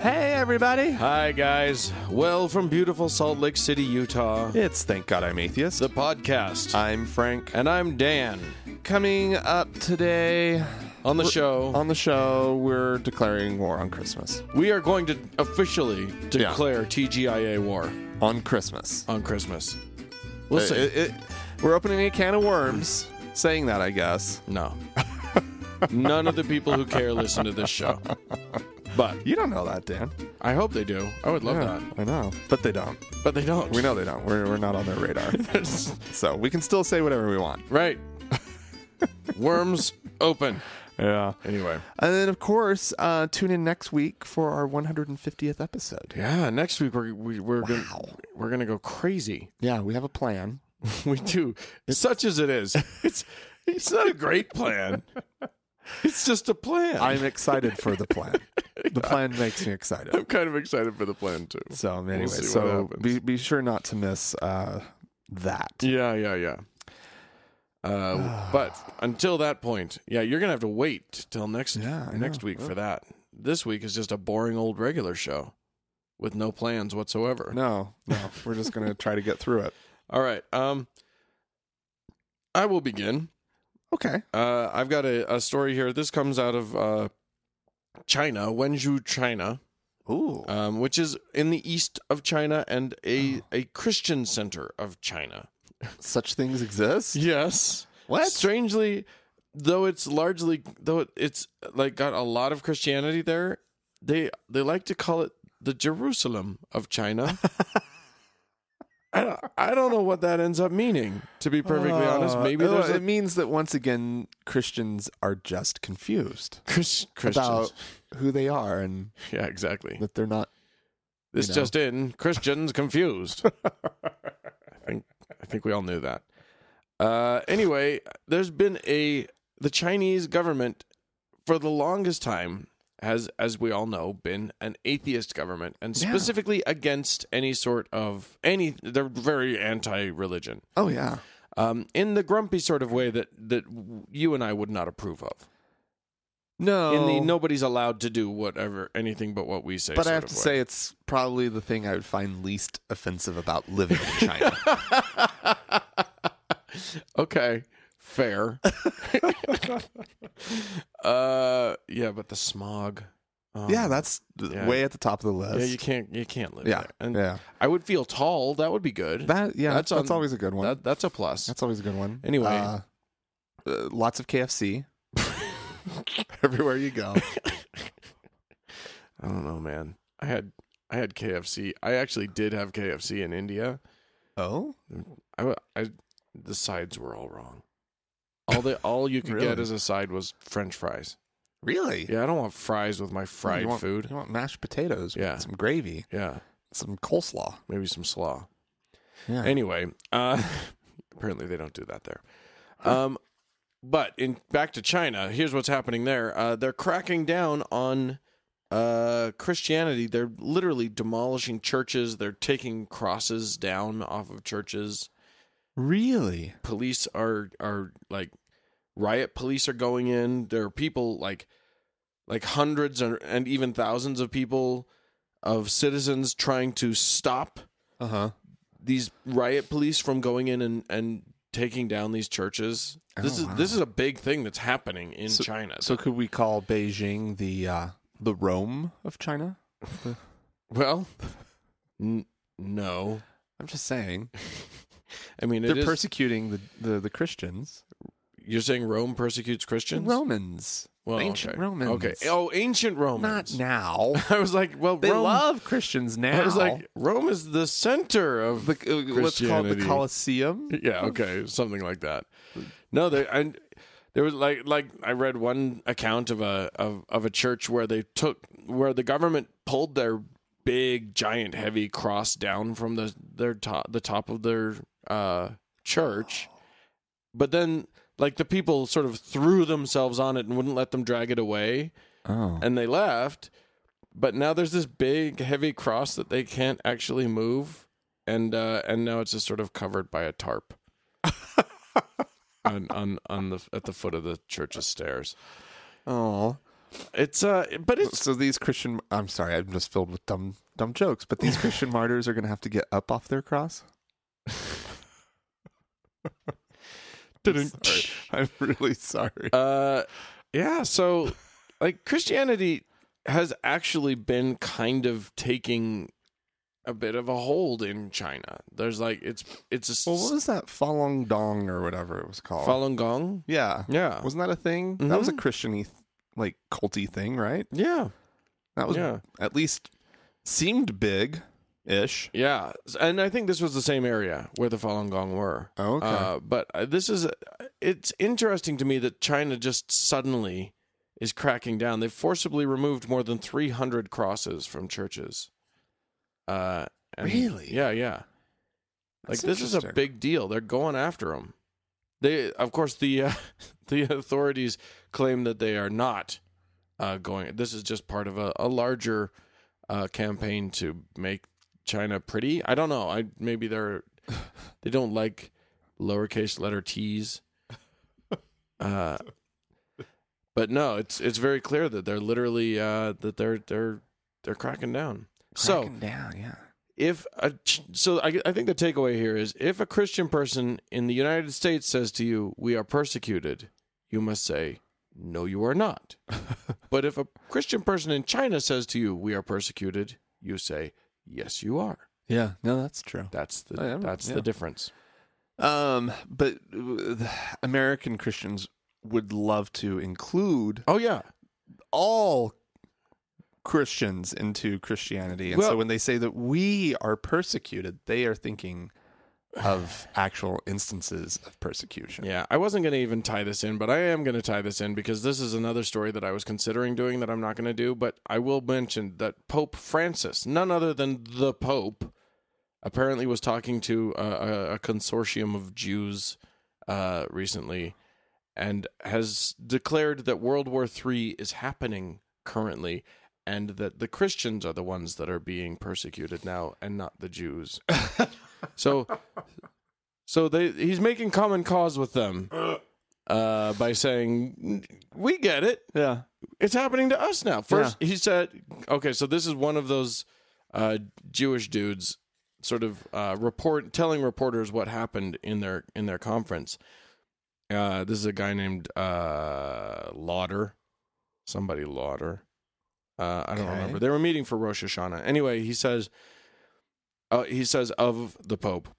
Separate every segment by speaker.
Speaker 1: Hey, everybody.
Speaker 2: Hi, guys. Well, from beautiful Salt Lake City, Utah,
Speaker 1: It's Thank God I'm Atheist.
Speaker 2: the podcast.
Speaker 1: I'm Frank.
Speaker 2: and I'm Dan.
Speaker 1: Coming up today
Speaker 2: On the show,
Speaker 1: on the show, we're declaring war on Christmas.
Speaker 2: we are going to officially declare TGIA war
Speaker 1: On Christmas.
Speaker 2: on Christmas. We'll see.
Speaker 1: Uh, It- it- we're opening a can of worms. Saying that, I guess.
Speaker 2: no. None of the people who care listen to this show. But
Speaker 1: You don't know that, Dan.
Speaker 2: I hope they do. I would love
Speaker 1: Yeah, I know. But they don't.
Speaker 2: that. But they don't.
Speaker 1: We know they don't. We're, we're not on their radar. so we can still say whatever we want.
Speaker 2: right. Worms open.
Speaker 1: Yeah.
Speaker 2: Anyway.
Speaker 1: And then, of course, uh, tune in next week for our 150th episode.
Speaker 2: Yeah, next week we're we, we're gonna we're gonna go crazy.
Speaker 1: Yeah, we have a plan.
Speaker 2: We do, such as it is. It's it's not a great plan. It's just a plan.
Speaker 1: I'm excited for the plan. The plan makes me excited.
Speaker 2: I'm kind of excited for the plan too.
Speaker 1: So um, anyway,
Speaker 2: see what
Speaker 1: so
Speaker 2: happens.
Speaker 1: be, be sure not to miss uh, that.
Speaker 2: Yeah, yeah, yeah. Uh, but until that point, yeah, you're gonna have to wait till next
Speaker 1: Yeah, I
Speaker 2: next
Speaker 1: know.
Speaker 2: week for that. This week is just a boring old regular show with no plans whatsoever.
Speaker 1: No, no, we're just gonna try to get through it.
Speaker 2: All right. Um, I will begin.
Speaker 1: Okay.
Speaker 2: Uh, I've got a, a story here. This comes out of uh, China, Wenzhou, China,
Speaker 1: Ooh.
Speaker 2: um, which is in the east of China and a, a Christian center of China.
Speaker 1: Such things exist.
Speaker 2: Yes.
Speaker 1: What?
Speaker 2: Strangely, though it's largely though it, it's like got a lot of Christianity there. They they like to call it the Jerusalem of China. I don't, I don't know what that ends up meaning. To be perfectly honest,
Speaker 1: Uh,
Speaker 2: maybe
Speaker 1: well,
Speaker 2: there's a
Speaker 1: it means that once again Christians are just confused
Speaker 2: Chris, Christians.
Speaker 1: about who they are and
Speaker 2: yeah, exactly.
Speaker 1: that they're not.
Speaker 2: This
Speaker 1: you know.
Speaker 2: just in: Christians confused. I think I think we all knew that. Uh, anyway, there's been a the Chinese government for the longest time has, as we all know, been an atheist government, and
Speaker 1: Yeah.
Speaker 2: specifically against any sort of any. They're very anti-religion,
Speaker 1: Oh yeah.
Speaker 2: um, in the grumpy sort of way that that you and I would not approve of.
Speaker 1: No.
Speaker 2: In the nobody's allowed to do whatever anything but what we say.
Speaker 1: Oh. But I
Speaker 2: sort
Speaker 1: have
Speaker 2: of
Speaker 1: to
Speaker 2: way.
Speaker 1: say, it's probably the thing I would find least offensive about living in China.
Speaker 2: okay fair uh yeah but the smog um,
Speaker 1: yeah, that's th-
Speaker 2: Yeah.
Speaker 1: way at the top of the list.
Speaker 2: yeah you can't you can't live
Speaker 1: Yeah,
Speaker 2: there and
Speaker 1: yeah.
Speaker 2: i would feel tall that would be good
Speaker 1: That yeah,
Speaker 2: That's
Speaker 1: that's,
Speaker 2: on-
Speaker 1: always a good one.
Speaker 2: that, that's a plus
Speaker 1: that's always a good one.
Speaker 2: Anyway.
Speaker 1: uh, uh, lots of KFC everywhere you go.
Speaker 2: i don't know man i had i had kfc i actually did have kfc in india
Speaker 1: Oh,
Speaker 2: i, wa- I the sides were all wrong all the all you could get
Speaker 1: Really?
Speaker 2: as a side was french fries
Speaker 1: really?
Speaker 2: yeah i don't want fries with my fried
Speaker 1: you want,
Speaker 2: food
Speaker 1: You want mashed potatoes? with
Speaker 2: Yeah.
Speaker 1: some gravy,
Speaker 2: yeah
Speaker 1: some coleslaw.
Speaker 2: maybe some slaw
Speaker 1: Yeah,
Speaker 2: Anyway, uh, apparently they don't do that there. Um, but in back to China, here's what's happening there. Uh, they're cracking down on uh, Christianity. They're literally demolishing churches. They're taking crosses down off of churches.
Speaker 1: really?
Speaker 2: Police are are like riot police are going in. There are people like like hundreds or, and even thousands of people of citizens trying to stop
Speaker 1: Uh huh.
Speaker 2: these riot police from going in and, and taking down these churches. This
Speaker 1: Oh,
Speaker 2: is
Speaker 1: wow.
Speaker 2: this is a big thing that's happening in China.
Speaker 1: So could we call Beijing the uh, the Rome of China?
Speaker 2: well, n- no.
Speaker 1: I'm just saying
Speaker 2: I mean, it
Speaker 1: they're
Speaker 2: is,
Speaker 1: persecuting the, the the Christians,
Speaker 2: you're saying Rome persecutes Christians?
Speaker 1: Romans,
Speaker 2: Well,
Speaker 1: ancient
Speaker 2: okay.
Speaker 1: Romans.
Speaker 2: Okay. Oh, ancient
Speaker 1: not
Speaker 2: Romans.
Speaker 1: now.
Speaker 2: I was like, well,
Speaker 1: They
Speaker 2: Rome.
Speaker 1: love Christians now.
Speaker 2: I was like, Rome is the center of
Speaker 1: the, uh, what's called the
Speaker 2: Christianity.
Speaker 1: Colosseum.
Speaker 2: yeah okay something like that no they and there was like like i read one account of a of, of a church where they took where the government pulled their big giant heavy cross down from the their top the top of their uh church but then like the people sort of threw themselves on it and wouldn't let them drag it away
Speaker 1: Oh,
Speaker 2: and they left but now there's this big heavy cross that they can't actually move and uh and now it's just sort of covered by a tarp on on on the at the foot of the church's stairs
Speaker 1: oh,
Speaker 2: It's uh, but it's
Speaker 1: So these Christian, I'm sorry, I'm just filled with dumb, dumb jokes. But these Christian martyrs are going to have to get up off their cross. Sorry. I'm really sorry.
Speaker 2: uh, yeah. So like Christianity has actually been kind of taking a bit of a hold in China. There's like it's it's a s-
Speaker 1: Well, what was that Falun Dong or whatever it was called?
Speaker 2: Falun Gong.
Speaker 1: yeah, Mm-hmm.
Speaker 2: Yeah.
Speaker 1: wasn't that a thing? That was a
Speaker 2: Mhm.
Speaker 1: Christiany, like culty thing, right?
Speaker 2: yeah.
Speaker 1: That was
Speaker 2: Yeah.
Speaker 1: at least seemed big, ish.
Speaker 2: Yeah, and I think this was the same area where the Falun Gong were.
Speaker 1: Oh, okay.
Speaker 2: Uh, but uh, this is it's interesting to me that China just suddenly is cracking down. They forcibly removed more than 300 crosses from churches. Uh, and-
Speaker 1: Really?
Speaker 2: Yeah, yeah.
Speaker 1: That's
Speaker 2: like this is a
Speaker 1: interesting.
Speaker 2: big deal. They're going after them. They, of course, the uh, the authorities claim that they are not uh, going. This is just part of a, a larger uh, campaign to make China pretty. I don't know. I maybe they're they don't like lowercase letter T's. Uh, but no, it's it's very clear that they're literally uh, that they're they're they're cracking down. so
Speaker 1: Cracking down, yeah.
Speaker 2: if a ch- so I, I think the takeaway here is if a christian person in the united states says to you we are persecuted you must say no you are not but if a christian person in china says to you we are persecuted you say yes you are
Speaker 1: Yeah, no, that's true.
Speaker 2: that's the
Speaker 1: I am,
Speaker 2: that's
Speaker 1: yeah.
Speaker 2: the difference
Speaker 1: Um, but uh, the American Christians would love to include
Speaker 2: oh yeah
Speaker 1: all Christians into Christianity. And so
Speaker 2: Well-
Speaker 1: when they say that we are persecuted, they are thinking of actual instances of persecution.
Speaker 2: yeah i wasn't going to even tie this in but i am going to tie this in because this is another story that i was considering doing that i'm not going to do but i will mention that pope francis none other than the pope apparently was talking to a, a, a consortium of Jews uh, recently and has declared that World War III is happening currently and that the Christians are the ones that are being persecuted now and not the Jews. so so they he's making common cause with them uh, by saying we get it
Speaker 1: Yeah.
Speaker 2: it's happening to us now. First, he said, okay, so this is one of those uh, Jewish dudes sort of uh, report telling reporters what happened in their in their conference. Uh, this is a guy named uh, Lauder, somebody Lauder. Uh, I don't
Speaker 1: Okay.
Speaker 2: remember. They were meeting for Rosh Hashanah. Anyway, he says, uh, he says of the Pope,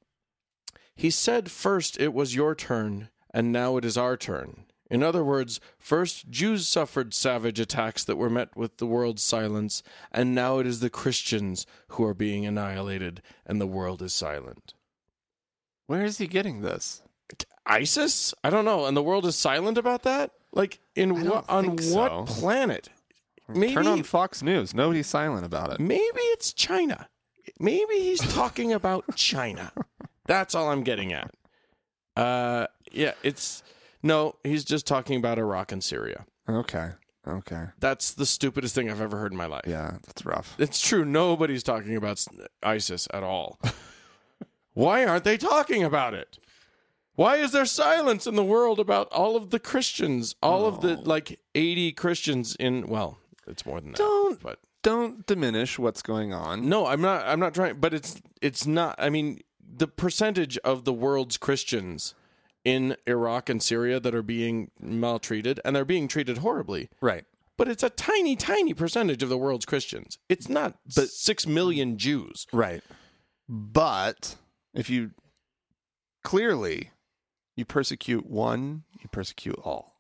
Speaker 2: he said, First it was your turn, and now it is our turn. In other words, first Jews suffered savage attacks that were met with the world's silence, and now it is the Christians who are being annihilated, and the world is silent.
Speaker 1: Where is he getting this?
Speaker 2: ISIS? I don't know. And the world is silent about that? Like, in
Speaker 1: don't
Speaker 2: what, on
Speaker 1: think
Speaker 2: what
Speaker 1: so.
Speaker 2: planet? Maybe,
Speaker 1: Turn on Fox News. Nobody's silent about it.
Speaker 2: maybe it's China. Maybe he's talking about China. That's all I'm getting at. Uh, yeah, it's no. He's just talking about Iraq and Syria.
Speaker 1: Okay. Okay.
Speaker 2: That's the stupidest thing I've ever heard in my life.
Speaker 1: Yeah, that's rough.
Speaker 2: It's true. Nobody's talking about s- ISIS at all. Why aren't they talking about it? Why is there silence in the world about all of the Christians? All of the like 80 Christians in well, it's more than that.
Speaker 1: Don't-
Speaker 2: but
Speaker 1: Don't diminish what's going on.
Speaker 2: no, I'm not. I'm not trying. But it's it's not. I mean, the percentage of the world's Christians in Iraq and Syria that are being maltreated and they're being treated horribly.
Speaker 1: Right.
Speaker 2: But it's a tiny, tiny percentage of the world's Christians. It's not but six million Jews.
Speaker 1: Right. But if you clearly you persecute one, you persecute all.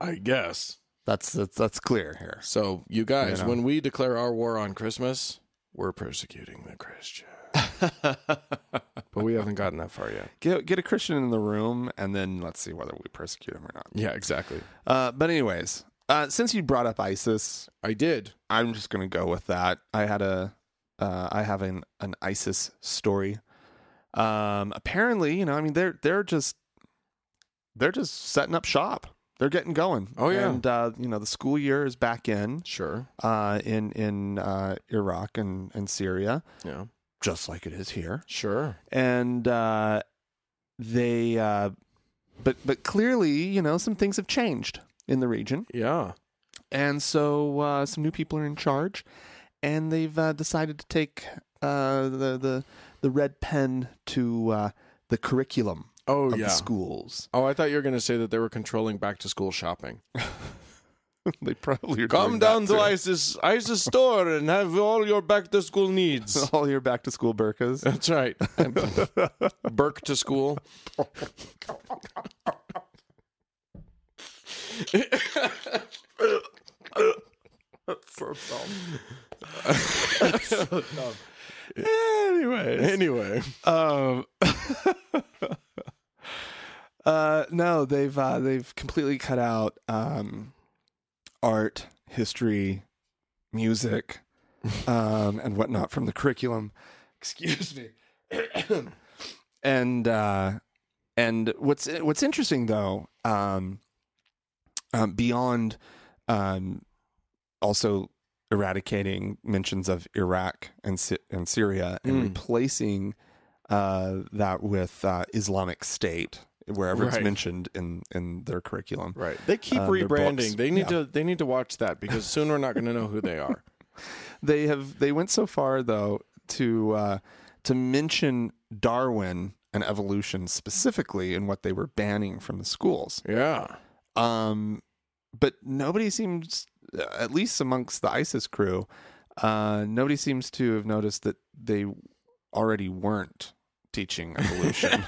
Speaker 2: I guess.
Speaker 1: That's that's, that's clear here.
Speaker 2: So you guys,
Speaker 1: You know.
Speaker 2: when we declare our war on Christmas, we're persecuting the Christian. but we haven't gotten that far yet.
Speaker 1: Get get a Christian in the room and then let's see whether we persecute him or not.
Speaker 2: Yeah, exactly.
Speaker 1: Uh, but anyways, uh, since you brought up ISIS,
Speaker 2: I did.
Speaker 1: I'm just gonna go with that. I had a, uh, I have an an ISIS story. Um, apparently, you know, I mean, they're they're just they're just setting up shop. They're getting going.
Speaker 2: Oh, yeah.
Speaker 1: and uh, you know, the school year is back in
Speaker 2: Sure.
Speaker 1: uh, in in uh, Iraq and and Syria,
Speaker 2: Yeah.
Speaker 1: just like it is here.
Speaker 2: Sure.
Speaker 1: And uh, they, uh, but but clearly, you know, some things have changed in the region.
Speaker 2: Yeah.
Speaker 1: And so uh, some new people are in charge, and they've uh, decided to take uh, the the the red pen to uh, the curriculum
Speaker 2: Oh
Speaker 1: of
Speaker 2: yeah.
Speaker 1: the schools.
Speaker 2: Oh, I thought you were going to say that they were controlling back to school shopping.
Speaker 1: they probably are
Speaker 2: Come
Speaker 1: doing
Speaker 2: down
Speaker 1: that
Speaker 2: to
Speaker 1: too.
Speaker 2: ISIS ISIS store and have all your back to school needs.
Speaker 1: all your back to school burkas.
Speaker 2: That's right. Burke to school.
Speaker 1: anyway,
Speaker 2: Anyway,
Speaker 1: um, uh, no, they've uh, they've completely cut out um, art, history, music, um, and whatnot from the curriculum. Excuse me. and uh, and what's what's interesting though, um, um, beyond um, also eradicating mentions of Iraq and Sy- and Syria and
Speaker 2: Mm.
Speaker 1: replacing uh, that with uh, Islamic State wherever it's
Speaker 2: Right.
Speaker 1: mentioned in in their curriculum.
Speaker 2: right. They keep
Speaker 1: Uh, their books.
Speaker 2: rebranding. They need
Speaker 1: Yeah.
Speaker 2: to. They need to watch that because soon we're not going to know who they are.
Speaker 1: They have they went so far though to uh, to mention Darwin and evolution specifically in what they were banning from the schools.
Speaker 2: Yeah.
Speaker 1: Um, but nobody seems, uh, at least amongst the ISIS crew, uh, nobody seems to have noticed that they already weren't teaching evolution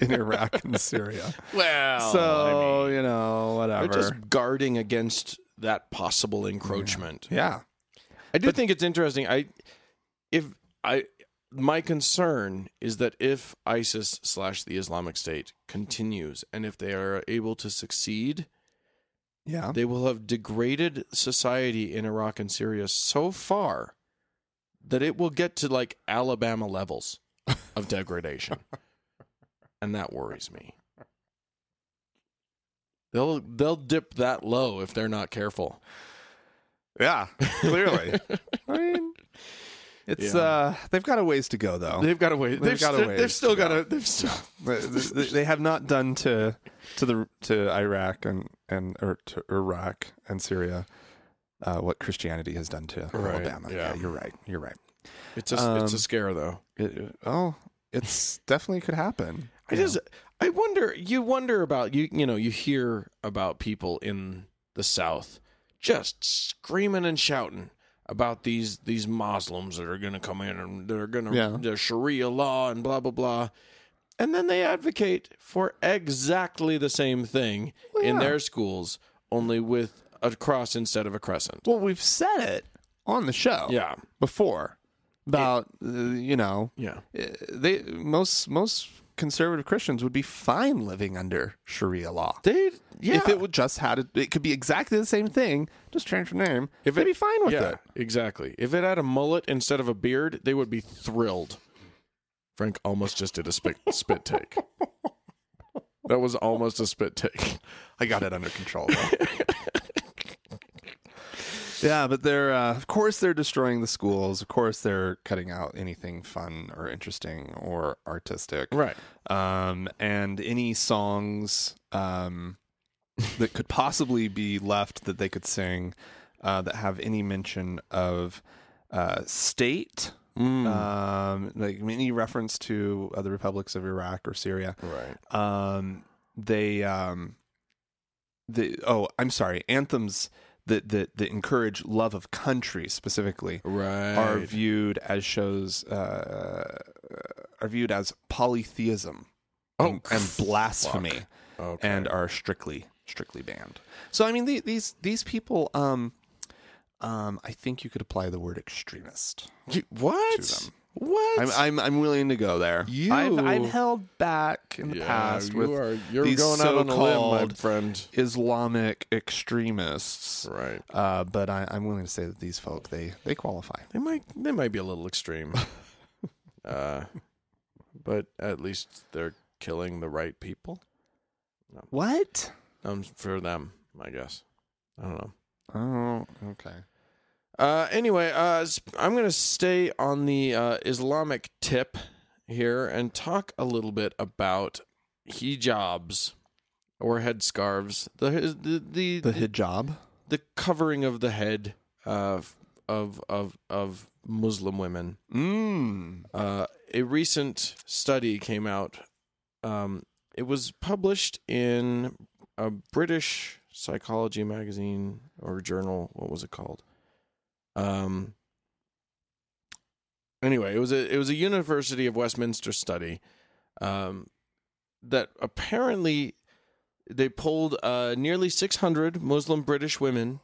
Speaker 1: in Iraq and Syria.
Speaker 2: Well,
Speaker 1: so you know,
Speaker 2: Oh, they're
Speaker 1: whatever.
Speaker 2: just guarding against that possible encroachment.
Speaker 1: yeah,
Speaker 2: I do think it's interesting. I if I my concern is that if ISIS slash the Islamic State continues and if they are able to succeed,
Speaker 1: yeah.
Speaker 2: they will have degraded society in Iraq and Syria so far that it will get to like Alabama levels of degradation. and that worries me. They'll they'll dip that low if they're not careful.
Speaker 1: Yeah, clearly. I mean, it's
Speaker 2: Yeah.
Speaker 1: uh, they've got a ways to go though.
Speaker 2: They've got to wait.
Speaker 1: They've got a
Speaker 2: st-
Speaker 1: ways
Speaker 2: they've still
Speaker 1: to
Speaker 2: got
Speaker 1: go.
Speaker 2: to. They've still.
Speaker 1: They- they they have not done to to the to Iraq and and or to Iraq and Syria uh, what Christianity has done to
Speaker 2: Right,
Speaker 1: Alabama.
Speaker 2: yeah.
Speaker 1: you're right. You're right.
Speaker 2: It's a it's
Speaker 1: Um,
Speaker 2: a scare though.
Speaker 1: It, oh, it's definitely could happen.
Speaker 2: I just I wonder. You wonder about you. You know. You hear about people in the South just screaming and shouting about these these Muslims that are going to come in and they're going to
Speaker 1: Yeah.
Speaker 2: the Sharia law and blah blah blah. And then they advocate for exactly the same thing in
Speaker 1: yeah.
Speaker 2: their schools, only with a cross instead of a crescent.
Speaker 1: Well, we've said it on the show
Speaker 2: Yeah,
Speaker 1: before about uh, you know
Speaker 2: yeah.
Speaker 1: uh, they most most conservative Christians would be fine living under Sharia law.
Speaker 2: They yeah.
Speaker 1: If it would just had it, it could be exactly the same thing. Just change the name.
Speaker 2: If
Speaker 1: they'd
Speaker 2: it-
Speaker 1: be fine with
Speaker 2: yeah,
Speaker 1: it.
Speaker 2: exactly. If it had a mullet instead of a beard, they would be thrilled. Frank almost just did a spit, spit take. That was almost a spit take.
Speaker 1: I got it under control. Though. yeah, but they're uh, of course they're destroying the schools. Of course they're cutting out anything fun or interesting or artistic.
Speaker 2: Right.
Speaker 1: Um, and any songs um, that could possibly be left that they could sing uh, that have any mention of uh, state. Um, like any reference to uh, the republics of Iraq or Syria,
Speaker 2: right.
Speaker 1: um they um the oh i'm sorry anthems that that, that encourage love of country specifically
Speaker 2: Right.
Speaker 1: are viewed as shows uh are viewed as polytheism and,
Speaker 2: Oh,
Speaker 1: and blasphemy
Speaker 2: okay.
Speaker 1: and are strictly strictly banned so i mean the, these these people um um i think you could apply the word extremist
Speaker 2: You- what?
Speaker 1: them.
Speaker 2: What?
Speaker 1: i'm i'm, I'm willing to go there I've, I've
Speaker 2: You-
Speaker 1: held back in the
Speaker 2: Yeah,
Speaker 1: past
Speaker 2: you
Speaker 1: with
Speaker 2: are, you're
Speaker 1: these
Speaker 2: going out on a limb, my
Speaker 1: so-called-
Speaker 2: friend.
Speaker 1: Islamic extremists.
Speaker 2: Right.
Speaker 1: Uh, but I, I'm willing to say that these folk they they qualify.
Speaker 2: They might they might be a little extreme. uh but at least they're killing the right people.
Speaker 1: What?
Speaker 2: Um for them, I guess. I don't know.
Speaker 1: Oh, okay.
Speaker 2: Uh, anyway, uh, sp- I'm going to stay on the uh, Islamic tip here and talk a little bit about hijabs or headscarves. The the the,
Speaker 1: The hijab.
Speaker 2: the, the covering of the head of of of of Muslim women.
Speaker 1: Mm.
Speaker 2: Uh, a recent study came out. Um, it was published in a British psychology magazine or journal. What was it called? Um. Anyway, it was a it was a University of Westminster study, um, that apparently they polled uh, nearly 600 Muslim British women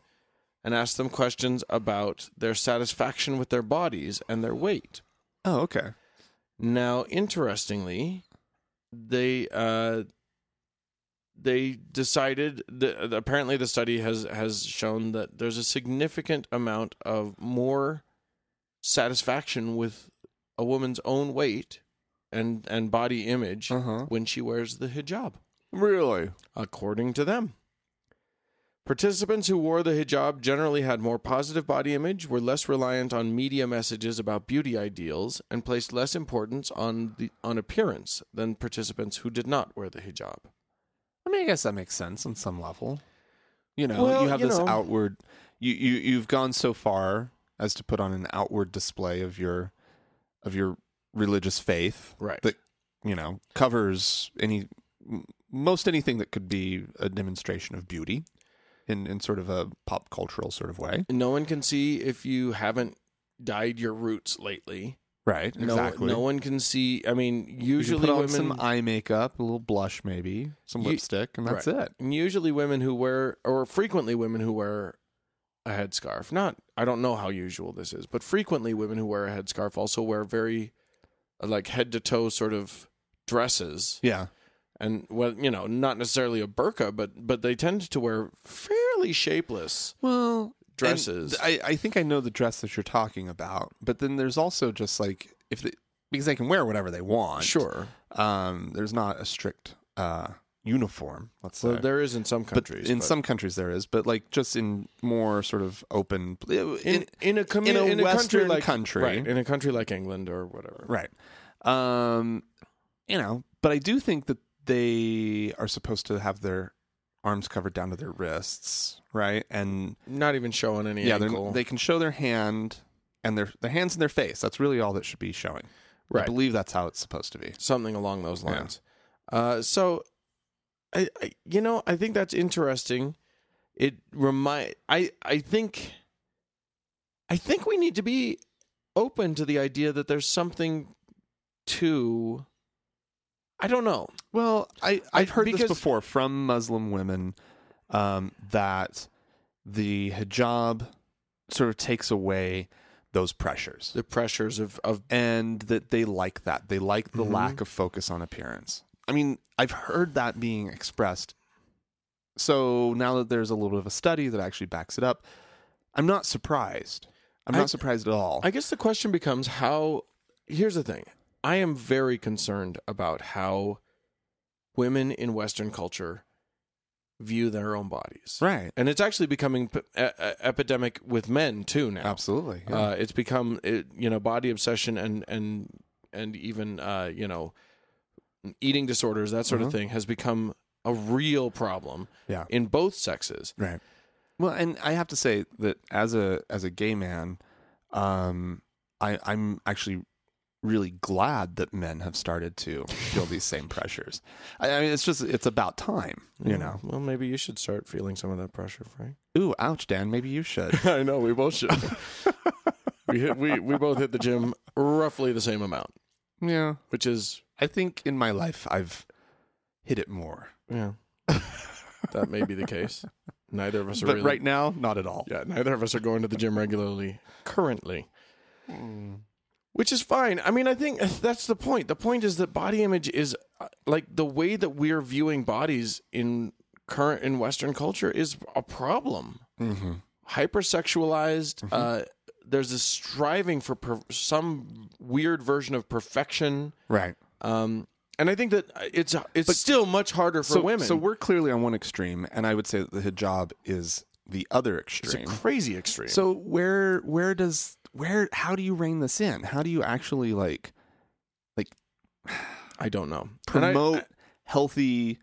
Speaker 2: and asked them questions about their satisfaction with their bodies and their weight.
Speaker 1: Oh, okay.
Speaker 2: Now, interestingly, they uh, they decided that apparently the study has has shown that there's a significant amount of more satisfaction with a woman's own weight and and body image
Speaker 1: Uh-huh.
Speaker 2: when she wears the hijab
Speaker 1: Really?
Speaker 2: according to them. Participants who wore the hijab generally had more positive body image, were less reliant on media messages about beauty ideals, and placed less importance on the on appearance than participants who did not wear the hijab.
Speaker 1: I mean, I guess that makes sense on some level. You know,
Speaker 2: Well,
Speaker 1: you have
Speaker 2: you
Speaker 1: this
Speaker 2: know.
Speaker 1: outward. You you you've gone so far as to put on an outward display of your of your religious faith
Speaker 2: Right.
Speaker 1: that you know covers any m- most anything that could be a demonstration of beauty in in sort of a pop cultural sort of way.
Speaker 2: no one can see if you haven't dyed your roots lately.
Speaker 1: Right.
Speaker 2: No- No, one can see. I mean, usually
Speaker 1: you can put on
Speaker 2: women
Speaker 1: some eye makeup, a little blush maybe, some
Speaker 2: You-
Speaker 1: lipstick, and that's
Speaker 2: Right.
Speaker 1: it.
Speaker 2: And usually women who wear or frequently women who wear a headscarf. Not I don't know how usual this is, but frequently women who wear a headscarf also wear very uh, like head to toe sort of dresses.
Speaker 1: Yeah.
Speaker 2: And well, you know, not necessarily a burqa, but but they tend to wear fairly shapeless
Speaker 1: Well, And
Speaker 2: dresses.
Speaker 1: th- I, I think I know the dress that you're talking about, but then there's also just like if they, because they can wear whatever they want.
Speaker 2: sure.
Speaker 1: Um, there's not a strict uh uniform. Let's say.
Speaker 2: Well, there is in some
Speaker 1: but
Speaker 2: countries.
Speaker 1: in
Speaker 2: but
Speaker 1: some countries there is, but like just in more sort of open in,
Speaker 2: in in a commu-
Speaker 1: in a
Speaker 2: country
Speaker 1: Western
Speaker 2: like
Speaker 1: country.
Speaker 2: right, in a country like England or whatever.
Speaker 1: right. Um, you know, but I do think that they are supposed to have their arms covered down to their wrists, right? And
Speaker 2: Not even showing any
Speaker 1: yeah, they're-
Speaker 2: ankle.
Speaker 1: they can show their hand and their the hands in their face. That's really all that should be showing. I
Speaker 2: right.
Speaker 1: believe that's how it's supposed to be.
Speaker 2: something along those
Speaker 1: Yeah.
Speaker 2: lines. Uh, so, I, I you know I think that's interesting. It remind I I think I think we need to be open to the idea that there's something to. I don't know.
Speaker 1: Well, I I've heard
Speaker 2: because-
Speaker 1: this before from Muslim women um, that the hijab sort of takes away those pressures,
Speaker 2: The pressures of of
Speaker 1: and that they like that. They like the
Speaker 2: Mhm.
Speaker 1: lack of focus on appearance. I mean, I've heard that being expressed. So now that there's a little bit of a study that actually backs it up, I'm not surprised. I'm
Speaker 2: I-
Speaker 1: not surprised at all.
Speaker 2: I guess the question becomes how. Here's the thing. I am very concerned about how women in Western culture view their own bodies.
Speaker 1: right.
Speaker 2: and it's actually becoming p- e- e- epidemic with men too now.
Speaker 1: Absolutely. yeah.
Speaker 2: Uh, it's become it, you know body obsession and and and even uh, you know eating disorders that sort of
Speaker 1: Mhm.
Speaker 2: thing has become a real problem
Speaker 1: Yeah.
Speaker 2: in both sexes.
Speaker 1: Right. Well, and I have to say that as a as a gay man, um, I, I'm actually really glad that men have started to feel these same pressures. I, I mean, it's just it's about time, you know.
Speaker 2: Mm, Well, maybe you should start feeling some of that pressure, Frank.
Speaker 1: Ooh, ouch, Dan. Maybe you should.
Speaker 2: I know we both should. we hit, we we both hit the gym roughly the same amount,
Speaker 1: yeah,
Speaker 2: which is
Speaker 1: I think in my life I've hit it more,
Speaker 2: yeah, that may be the case. Neither of us are
Speaker 1: but
Speaker 2: really
Speaker 1: right now, not at all.
Speaker 2: Yeah, neither of us are going to the gym regularly currently,
Speaker 1: Hmm.
Speaker 2: which is fine. I mean, I think that's the point. The point is that body image is uh, like the way that we're viewing bodies in current in Western culture is a problem.
Speaker 1: Mm-hmm.
Speaker 2: Hypersexualized. Uh, there's this striving for per- some weird version of perfection.
Speaker 1: Right.
Speaker 2: Um, and I think that it's it's still much harder for
Speaker 1: so
Speaker 2: women.
Speaker 1: so we're clearly on one extreme, and I would say that the hijab is the other
Speaker 2: it's a
Speaker 1: extreme.
Speaker 2: crazy extreme.
Speaker 1: So where where does where how do you rein this in? How do you actually like
Speaker 2: I don't know. And I-
Speaker 1: promote healthy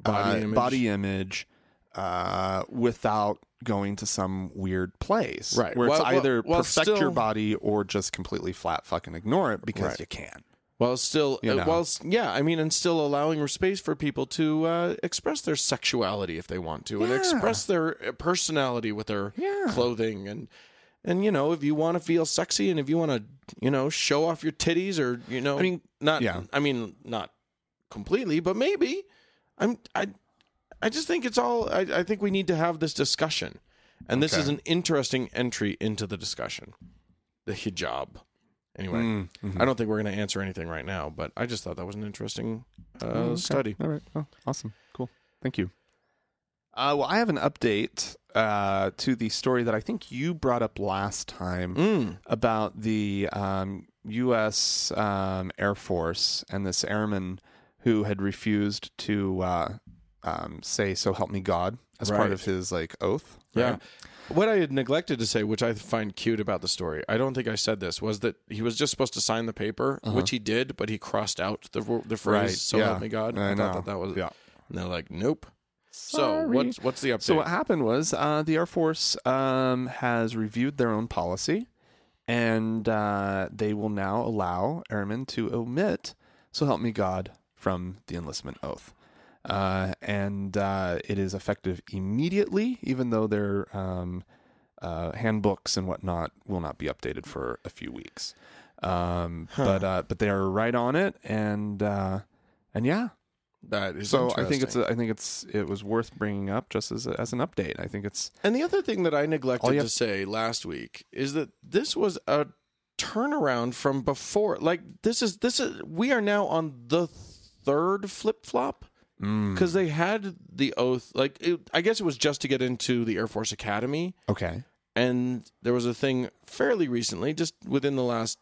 Speaker 2: Body
Speaker 1: uh,
Speaker 2: image.
Speaker 1: body image uh, without going to some weird place,
Speaker 2: Right.
Speaker 1: Where it's
Speaker 2: Well- well-
Speaker 1: either
Speaker 2: well,
Speaker 1: perfect your
Speaker 2: still-
Speaker 1: body or just completely flat fucking ignore it because
Speaker 2: Right.
Speaker 1: you can.
Speaker 2: While still,
Speaker 1: You
Speaker 2: uh,
Speaker 1: know.
Speaker 2: while s- yeah, I mean, and still allowing space for people to uh, express their sexuality if they want to, and
Speaker 1: Yeah.
Speaker 2: express their uh, personality with their
Speaker 1: Yeah.
Speaker 2: clothing, and and you know, if you want to feel sexy, and if you want to, you know, show off your titties, or you know, I mean, not,
Speaker 1: yeah.
Speaker 2: I mean, not completely, but maybe. I'm, I, I just think it's all. I, I think we need to have this discussion, and this
Speaker 1: Okay.
Speaker 2: is an interesting entry into the discussion, the hijab. Anyway.
Speaker 1: Mm, mhm.
Speaker 2: I don't think we're going to answer anything right now, but I just thought that was an interesting uh,
Speaker 1: Okay.
Speaker 2: study.
Speaker 1: All right. Oh, awesome. Cool. Thank you. Uh, well, I have an update uh, to the story that I think you brought up last time
Speaker 2: Mm.
Speaker 1: about the um, U.S. Um, Air Force and this airman who had refused to uh, um, say "So help me God" as part
Speaker 2: Right.
Speaker 1: of his like oath.
Speaker 2: Yeah.
Speaker 1: right?
Speaker 2: What I had neglected to say, which I find cute about the story, I don't think I said this, was that he was just supposed to sign the paper, which he did, but he crossed out the, the phrase
Speaker 1: Right,
Speaker 2: "So
Speaker 1: yeah.
Speaker 2: help me God."
Speaker 1: I
Speaker 2: thought
Speaker 1: know.
Speaker 2: that that was.
Speaker 1: Yeah.
Speaker 2: And they're like, "Nope."
Speaker 1: Sorry.
Speaker 2: So what's what's the update?
Speaker 1: So what happened was uh, the Air Force um, has reviewed their own policy, and uh, they will now allow airmen to omit "So help me God" from the enlistment oath, uh, and uh, it is effective immediately. Even though their um, uh, handbooks and whatnot will not be updated for a few weeks, um, but uh, but they are right on it, and uh, and yeah,
Speaker 2: that is
Speaker 1: so I think it's
Speaker 2: interesting.
Speaker 1: a, I think it's it was worth bringing up just as a, as an update. I think it's
Speaker 2: and the other thing that I neglected
Speaker 1: All you
Speaker 2: to
Speaker 1: have-
Speaker 2: say last week is that this was a turnaround from before. Like this is this is we are now on the third flip flop.
Speaker 1: Hmm.
Speaker 2: because they had the oath like it, i guess it was just to get into the air force academy
Speaker 1: okay.
Speaker 2: and there was a thing fairly recently just within the last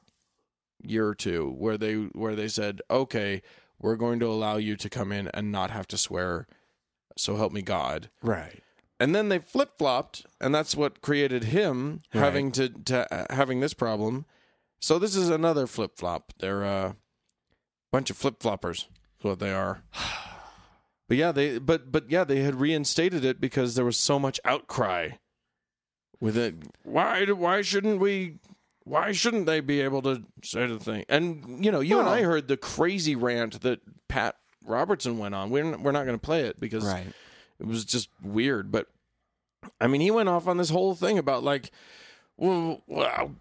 Speaker 2: year or two where they where they said okay we're going to allow you to come in and not have to swear so help me god
Speaker 1: Right.
Speaker 2: and then they flip-flopped and that's what created him
Speaker 1: Right.
Speaker 2: having to, to uh, having this problem so this is another flip-flop they're a bunch of flip-floppers is what they are but yeah they but but yeah they had reinstated it because there was so much outcry with it why do- why shouldn't we why shouldn't they be able to say the thing and you know you and
Speaker 1: Well-
Speaker 2: i heard the crazy rant that pat robertson went on we're, n- we're not going to play it because
Speaker 1: Right.
Speaker 2: it was just weird but i mean he went off on this whole thing about like well, well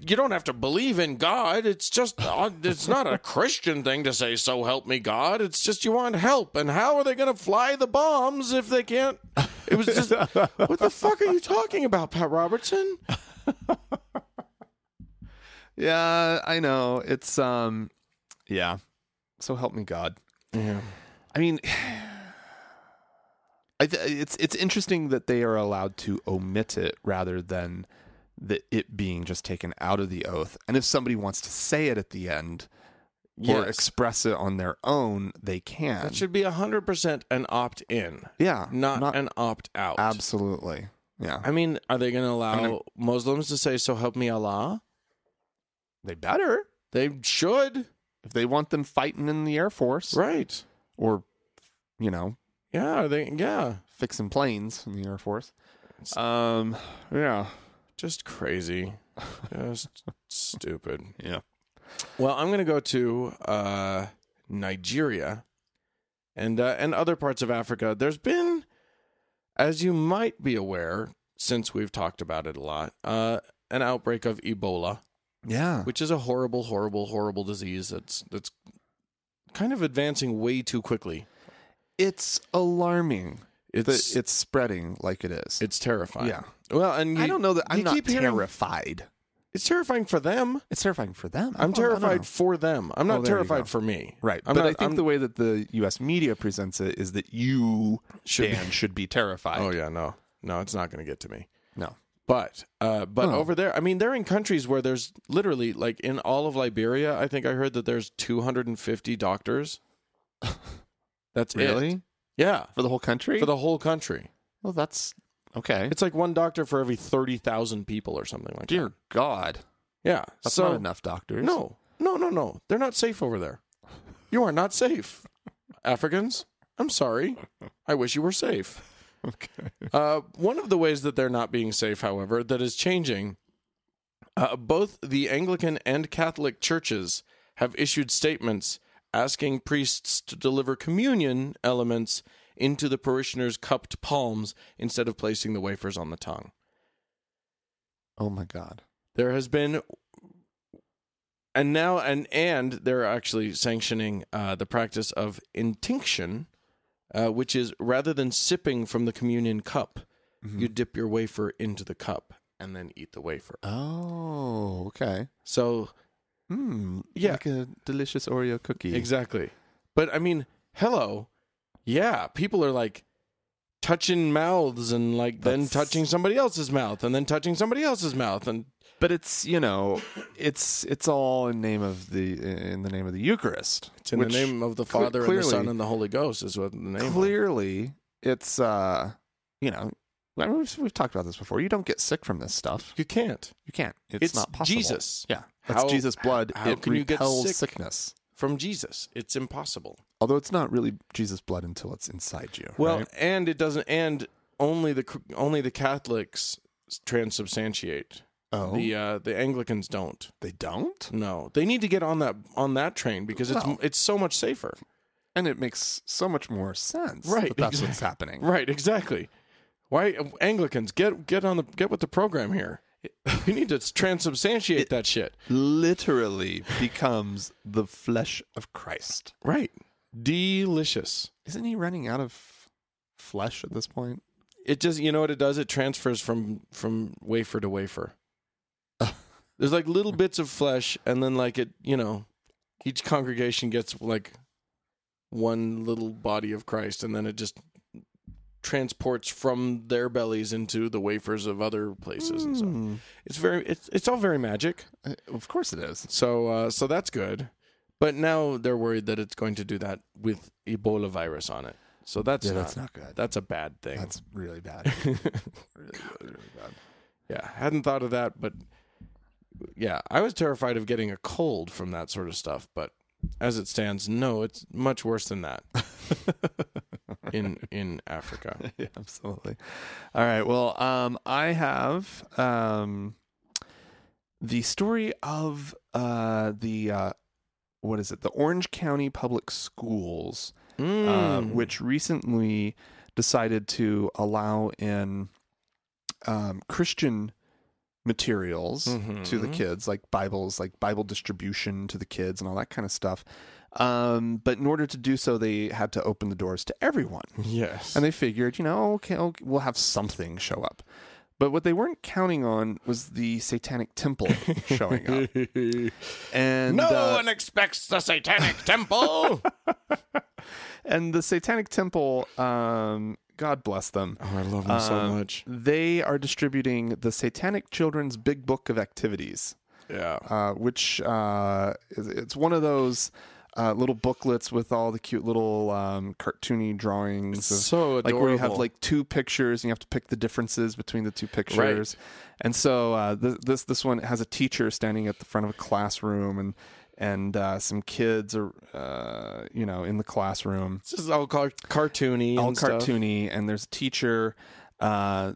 Speaker 2: you don't have to believe in god it's just uh, it's not a christian thing to say so help me god it's just you want help and how are they going to fly the bombs if they can't it was just what the fuck are you talking about pat robertson
Speaker 1: Yeah, I know. It's um, yeah. So help me God.
Speaker 2: yeah
Speaker 1: I mean, I th- it's it's interesting that they are allowed to omit it rather than the, it being just taken out of the oath. And if somebody wants to say it at the end or
Speaker 2: Yes.
Speaker 1: express it on their own, they can.
Speaker 2: that should be 100% an opt-in
Speaker 1: yeah.
Speaker 2: not, an opt-out
Speaker 1: absolutely. Yeah.
Speaker 2: i mean are they going to allow
Speaker 1: gonna-
Speaker 2: muslims to say so help me allah
Speaker 1: they better.
Speaker 2: they should
Speaker 1: if they want them fighting in the air force
Speaker 2: Right.
Speaker 1: or you know
Speaker 2: Yeah, are they yeah.
Speaker 1: fixing planes in the air force um yeah
Speaker 2: Just crazy. Just stupid.
Speaker 1: yeah
Speaker 2: Well, I'm going to go to uh Nigeria and uh, and other parts of Africa. There's been as you might be aware since we've talked about it a lot, uh an outbreak of Ebola,
Speaker 1: yeah
Speaker 2: which is a horrible horrible horrible disease that's that's kind of advancing way too quickly.
Speaker 1: it's alarming that
Speaker 2: It's
Speaker 1: it's, spreading like it is
Speaker 2: it's terrifying.
Speaker 1: Yeah.
Speaker 2: Well, and you,
Speaker 1: i don't know that i'm
Speaker 2: you
Speaker 1: not
Speaker 2: keep hearing-
Speaker 1: terrified
Speaker 2: it's terrifying for them.
Speaker 1: it's terrifying for them Oh, I
Speaker 2: I'm
Speaker 1: don't- I don't
Speaker 2: terrified
Speaker 1: know.
Speaker 2: for them. I'm not
Speaker 1: Oh, there you go.
Speaker 2: terrified for me.
Speaker 1: right
Speaker 2: I'm
Speaker 1: but
Speaker 2: not-
Speaker 1: i think
Speaker 2: I'm-
Speaker 1: the way that the us media presents it is that you
Speaker 2: Should be-
Speaker 1: Dan, should be terrified
Speaker 2: Oh yeah, no, no, it's not going to get to me.
Speaker 1: no
Speaker 2: But uh, but
Speaker 1: Oh.
Speaker 2: over there, I mean, they're in countries where there's literally like in all of Liberia. I think I heard that there's 250 doctors. That's it.
Speaker 1: really
Speaker 2: Yeah,
Speaker 1: for the whole country
Speaker 2: for the whole country.
Speaker 1: well that's okay
Speaker 2: It's like one doctor for every 30,000 people or something like
Speaker 1: dear god
Speaker 2: that. Yeah,
Speaker 1: that's
Speaker 2: so
Speaker 1: not enough doctors
Speaker 2: no, no, no, no, they're not safe over there. You are not safe, Africans. I'm sorry. I wish you were safe.
Speaker 1: Okay.
Speaker 2: Uh, one of the ways that they're not being safe, however, that is changing, uh, both the Anglican and Catholic churches have issued statements asking priests to deliver communion elements into the parishioners' cupped palms instead of placing the wafers on the tongue.
Speaker 1: Oh my God.
Speaker 2: There has been, and now and and they're actually sanctioning uh, the practice of intinction, uh, which is rather than sipping from the communion cup,
Speaker 1: Mm-hmm.
Speaker 2: you dip your wafer into the cup and then eat the wafer.
Speaker 1: Oh, okay.
Speaker 2: So
Speaker 1: Hmm.
Speaker 2: Yeah.
Speaker 1: Like a delicious Oreo cookie.
Speaker 2: exactly, but I mean, hello, yeah, people are like touching mouths and like then
Speaker 1: That's-
Speaker 2: touching somebody else's mouth and then touching somebody else's mouth and
Speaker 1: But it's you know, it's it's all in name of the in the name of the Eucharist.
Speaker 2: it's in
Speaker 1: which
Speaker 2: the name of the
Speaker 1: cle-
Speaker 2: Father and the
Speaker 1: clearly-
Speaker 2: Son and the Holy Ghost is what the name. of
Speaker 1: Clearly, it's uh, you know, I mean, we've, we've talked about this before. You don't get sick from this stuff.
Speaker 2: You can't.
Speaker 1: You can't. It's,
Speaker 2: It's
Speaker 1: not possible.
Speaker 2: Jesus.
Speaker 1: Yeah, that's
Speaker 2: How-
Speaker 1: Jesus' blood.
Speaker 2: how
Speaker 1: it
Speaker 2: can you get
Speaker 1: repels
Speaker 2: sick?
Speaker 1: sickness.
Speaker 2: From Jesus, it's impossible.
Speaker 1: Although it's not really Jesus' blood until it's inside you.
Speaker 2: Well,
Speaker 1: right?
Speaker 2: and it doesn't. And only the cr- only the Catholics transubstantiate.
Speaker 1: oh,
Speaker 2: The uh, the Anglicans don't.
Speaker 1: they don't,
Speaker 2: No, they need to get on that on that train because it's
Speaker 1: Well-
Speaker 2: it's so much safer.
Speaker 1: and it makes so much more sense.
Speaker 2: Right,
Speaker 1: that that's what's
Speaker 2: exactly.
Speaker 1: happening.
Speaker 2: Right, exactly. Why Anglicans get get on the get with the program here? You need to transubstantiate that shit.
Speaker 1: Literally becomes the flesh of Christ.
Speaker 2: Right, delicious.
Speaker 1: Isn't he running out of flesh at this point?
Speaker 2: it just you know what it does it transfers from from wafer to wafer there's like little bits of flesh and then like it you know each congregation gets like one little body of christ and then it just transports from their bellies into the wafers of other places and so
Speaker 1: Hmm.
Speaker 2: it's very it's, it's all very magic
Speaker 1: Uh, Of course it is.
Speaker 2: so uh so that's good but now they're worried that it's going to do that with ebola virus on it so that's
Speaker 1: Yeah,
Speaker 2: not,
Speaker 1: that's not good.
Speaker 2: that's a bad thing
Speaker 1: That's really bad. really, really, really bad.
Speaker 2: Yeah, hadn't thought of that, but yeah, I was terrified of getting a cold from that sort of stuff, but as it stands, no, it's much worse than that in in Africa.
Speaker 1: yeah, absolutely. All right. Well, um, I have um, the story of uh, the uh, what is it? The Orange County Public Schools, uh,
Speaker 2: Mm.
Speaker 1: which recently decided to allow in um, Christian materials to the
Speaker 2: Mhm.
Speaker 1: kids, like Bibles, like Bible distribution to the kids, and all that kind of stuff. Um, but in order to do so, they had to open the doors to everyone.
Speaker 2: Yes.
Speaker 1: And they figured, you know, okay, okay, we'll have something show up. But what they weren't counting on was the Satanic Temple showing up. And
Speaker 2: no
Speaker 1: uh,
Speaker 2: one expects the satanic temple. oh,
Speaker 1: and the Satanic Temple, um, God bless them.
Speaker 2: I love them so
Speaker 1: Um,
Speaker 2: much.
Speaker 1: They are distributing the Satanic Children's Big Book of Activities.
Speaker 2: Yeah.
Speaker 1: uh, which uh, is, it's one of those uh, little booklets with all the cute little um, cartoony drawings. of,
Speaker 2: so
Speaker 1: like where you have
Speaker 2: adorable.
Speaker 1: like two pictures, and you have to pick the differences between the two pictures. And so uh, th- this this one has a teacher standing at the front of a classroom, and and uh, some kids are uh, you know in the classroom
Speaker 2: This is all car- cartoony.
Speaker 1: all
Speaker 2: and stuff.
Speaker 1: cartoony, and there's a teacher uh,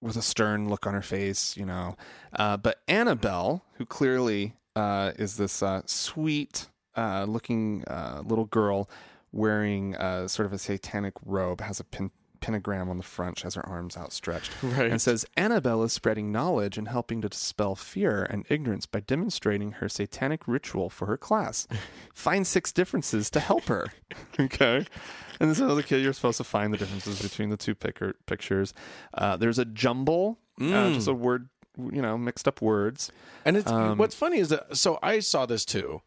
Speaker 1: with a stern look on her face, you know. Uh, but Annabelle, who clearly uh, is this uh, sweet uh, looking uh, little girl wearing uh, sort of a satanic robe, has a pin- pentagram on the front, she has her arms outstretched
Speaker 2: Right.
Speaker 1: and says Annabelle is spreading knowledge and helping to dispel fear and ignorance by demonstrating her satanic ritual for her class. find six differences to help her. okay. And this other kid, you're supposed to find the differences between the two picker- pictures. Uh, there's a jumble, uh, just a word, you know, mixed up words.
Speaker 2: And it's
Speaker 1: um,
Speaker 2: what's funny is that so I saw this too,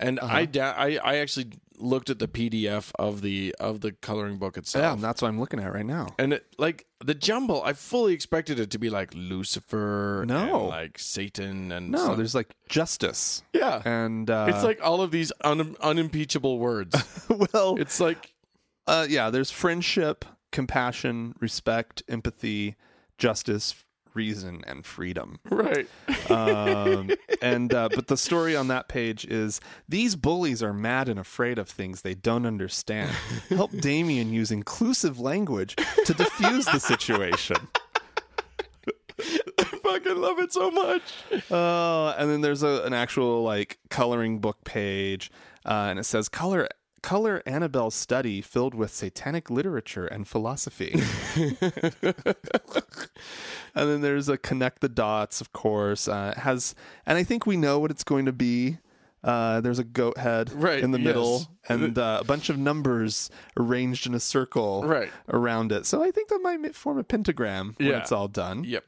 Speaker 2: and I,
Speaker 1: Uh-huh.
Speaker 2: da- I I actually looked at the PDF of the of the coloring book
Speaker 1: Yeah,
Speaker 2: itself,
Speaker 1: and that's what I'm looking at right now.
Speaker 2: and it, like the jumble, I fully expected it to be like Lucifer,
Speaker 1: No.
Speaker 2: and, like Satan, and
Speaker 1: No,
Speaker 2: some-
Speaker 1: there's like justice.
Speaker 2: yeah,
Speaker 1: And uh,
Speaker 2: it's like all of these un- unimpeachable words.
Speaker 1: well,
Speaker 2: it's like
Speaker 1: uh, yeah, there's friendship, compassion, respect, empathy, justice, reason and freedom.
Speaker 2: Right.
Speaker 1: Um, and uh, but the story on that page is these bullies are mad and afraid of things they don't understand. Help Damien use inclusive language to diffuse the situation.
Speaker 2: I fucking love it so much.
Speaker 1: Uh, and then there's a, an actual like coloring book page, uh, and it says color color Annabelle's study filled with satanic literature and philosophy. and then there's a connect the dots, of course. Uh, it has, and I think we know what it's going to be. Uh, there's a goat head
Speaker 2: Right,
Speaker 1: in the
Speaker 2: yes.
Speaker 1: middle, and uh, a bunch of numbers arranged in a circle
Speaker 2: Right.
Speaker 1: around it. So I think that might form a pentagram when
Speaker 2: Yeah.
Speaker 1: it's all done.
Speaker 2: Yep.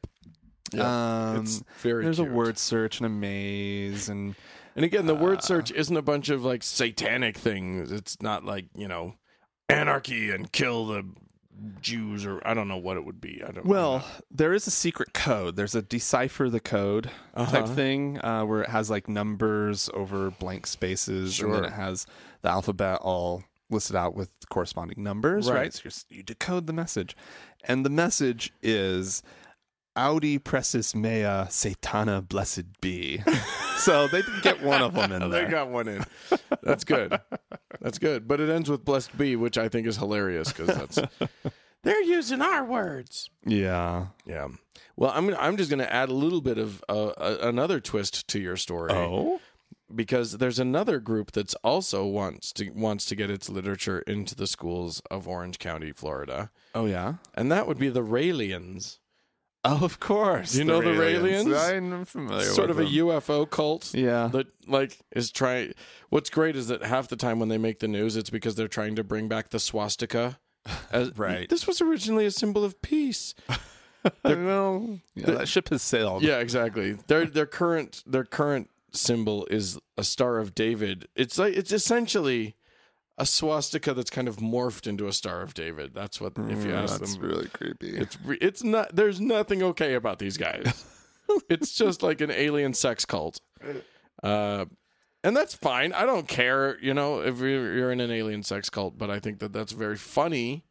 Speaker 1: Um,
Speaker 2: It's very
Speaker 1: There's a
Speaker 2: cute.
Speaker 1: word uh, search and a maze, and
Speaker 2: And again, the word search isn't a bunch of like satanic things. It's not like, you know, anarchy and kill the Jews or I don't know what it would be. I don't
Speaker 1: well, there is a secret code. There's a decipher the code type thing uh, where it has like numbers over blank spaces, and
Speaker 2: Sure.
Speaker 1: then it has the alphabet all listed out with corresponding numbers. Right,
Speaker 2: Right.
Speaker 1: so you're, s- you decode the message, and the message is. Audi pressis mea satana blessed be. so they did get one of them in
Speaker 2: They
Speaker 1: there.
Speaker 2: got one in. That's good. That's good. But it ends with blessed be, which I think is hilarious because that's they're using our words.
Speaker 1: Yeah.
Speaker 2: Yeah. Well, I'm gonna, I'm just going to add a little bit of uh, uh, another twist to your story
Speaker 1: Oh.
Speaker 2: because there's another group that's also wants to wants to get its literature into the schools of Orange County, Florida,
Speaker 1: Oh yeah.
Speaker 2: and that would be the Raelians.
Speaker 1: Oh, of course.
Speaker 2: You know the Raelians?
Speaker 1: I'm familiar
Speaker 2: Sort of
Speaker 1: with
Speaker 2: a
Speaker 1: them.
Speaker 2: UFO cult
Speaker 1: Yeah.
Speaker 2: that like is trying what's great is that half the time when they make the news it's because they're trying to bring back the swastika as,
Speaker 1: Right.
Speaker 2: this was originally a symbol of peace
Speaker 1: well, yeah, that ship has sailed.
Speaker 2: yeah exactly their their current their current symbol is a star of david it's like it's essentially a swastika that's kind of morphed into a star of david Mm, that's what if you ask them
Speaker 1: really creepy.
Speaker 2: it's re- it's not there's nothing okay about these guys it's just like an alien sex cult uh and that's fine i don't care you know if you're you're in an alien sex cult but i think that that's very funny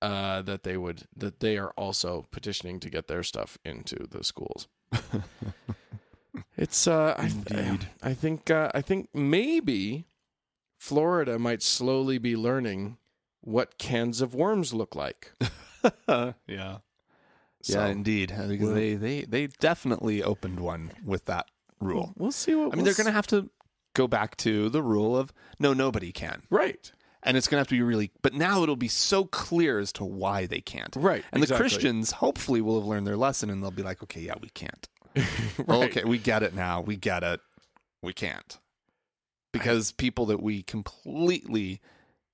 Speaker 2: uh that they would that they are also petitioning to get their stuff into the schools it's uh I,
Speaker 1: Indeed.
Speaker 2: I, I think uh, i think maybe florida might slowly be learning what cans of worms look like Uh,
Speaker 1: yeah.
Speaker 2: So-
Speaker 1: Yeah, indeed. uh, Because
Speaker 2: Well-
Speaker 1: they, they, they definitely opened one with that rule.
Speaker 2: We'll see what.
Speaker 1: I mean, they're going to have to go back to the rule of no, nobody can.
Speaker 2: right,
Speaker 1: And it's going to have to be really, but now it'll be so clear as to why they can't.
Speaker 2: right,
Speaker 1: And the
Speaker 2: exactly.
Speaker 1: Christians hopefully will have learned their lesson and they'll be like, okay, yeah, we can't.
Speaker 2: Right.
Speaker 1: Okay, we get it now. We get it. We can't. Because people that we completely,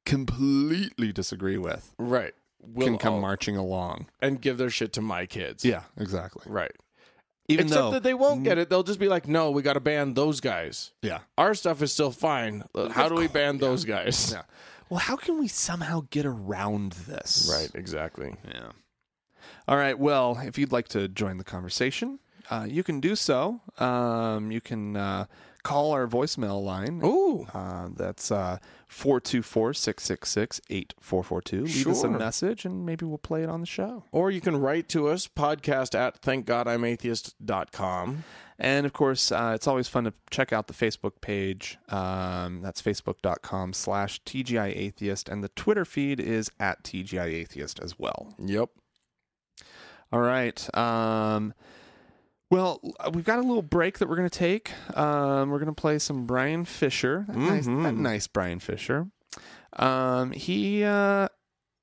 Speaker 1: completely disagree with
Speaker 2: right, will
Speaker 1: can come
Speaker 2: all-
Speaker 1: marching along.
Speaker 2: and give their shit to my kids.
Speaker 1: Yeah, exactly.
Speaker 2: right.
Speaker 1: Even
Speaker 2: Except
Speaker 1: though,
Speaker 2: that they won't get it. They'll just be like, "No, we got to ban those guys.
Speaker 1: yeah,
Speaker 2: Our stuff is still fine. Uh, How do we ban those guys?"
Speaker 1: yeah. Well, how can we somehow get around this?
Speaker 2: Right, exactly.
Speaker 1: Yeah. All right. Well, if you'd like to join the conversation, uh, you can do so. Um, you can uh, call our voicemail line.
Speaker 2: Ooh,
Speaker 1: Uh, that's 424 666 8442. Leave us a
Speaker 2: Sure.
Speaker 1: message and maybe we'll play it on the show.
Speaker 2: or you can write to us podcast at thankgodimatheist.com.
Speaker 1: And of course, uh, it's always fun to check out the Facebook page. Um, that's facebook.com slash TGI Atheist. And the Twitter feed is at TGI Atheist as well.
Speaker 2: Yep.
Speaker 1: All right. Um, well, uh, we've got a little break that we're going to take. Um, we're going to play some Brian Fisher. That, nice,
Speaker 2: Mhm.
Speaker 1: that nice Brian Fisher. Um, he uh,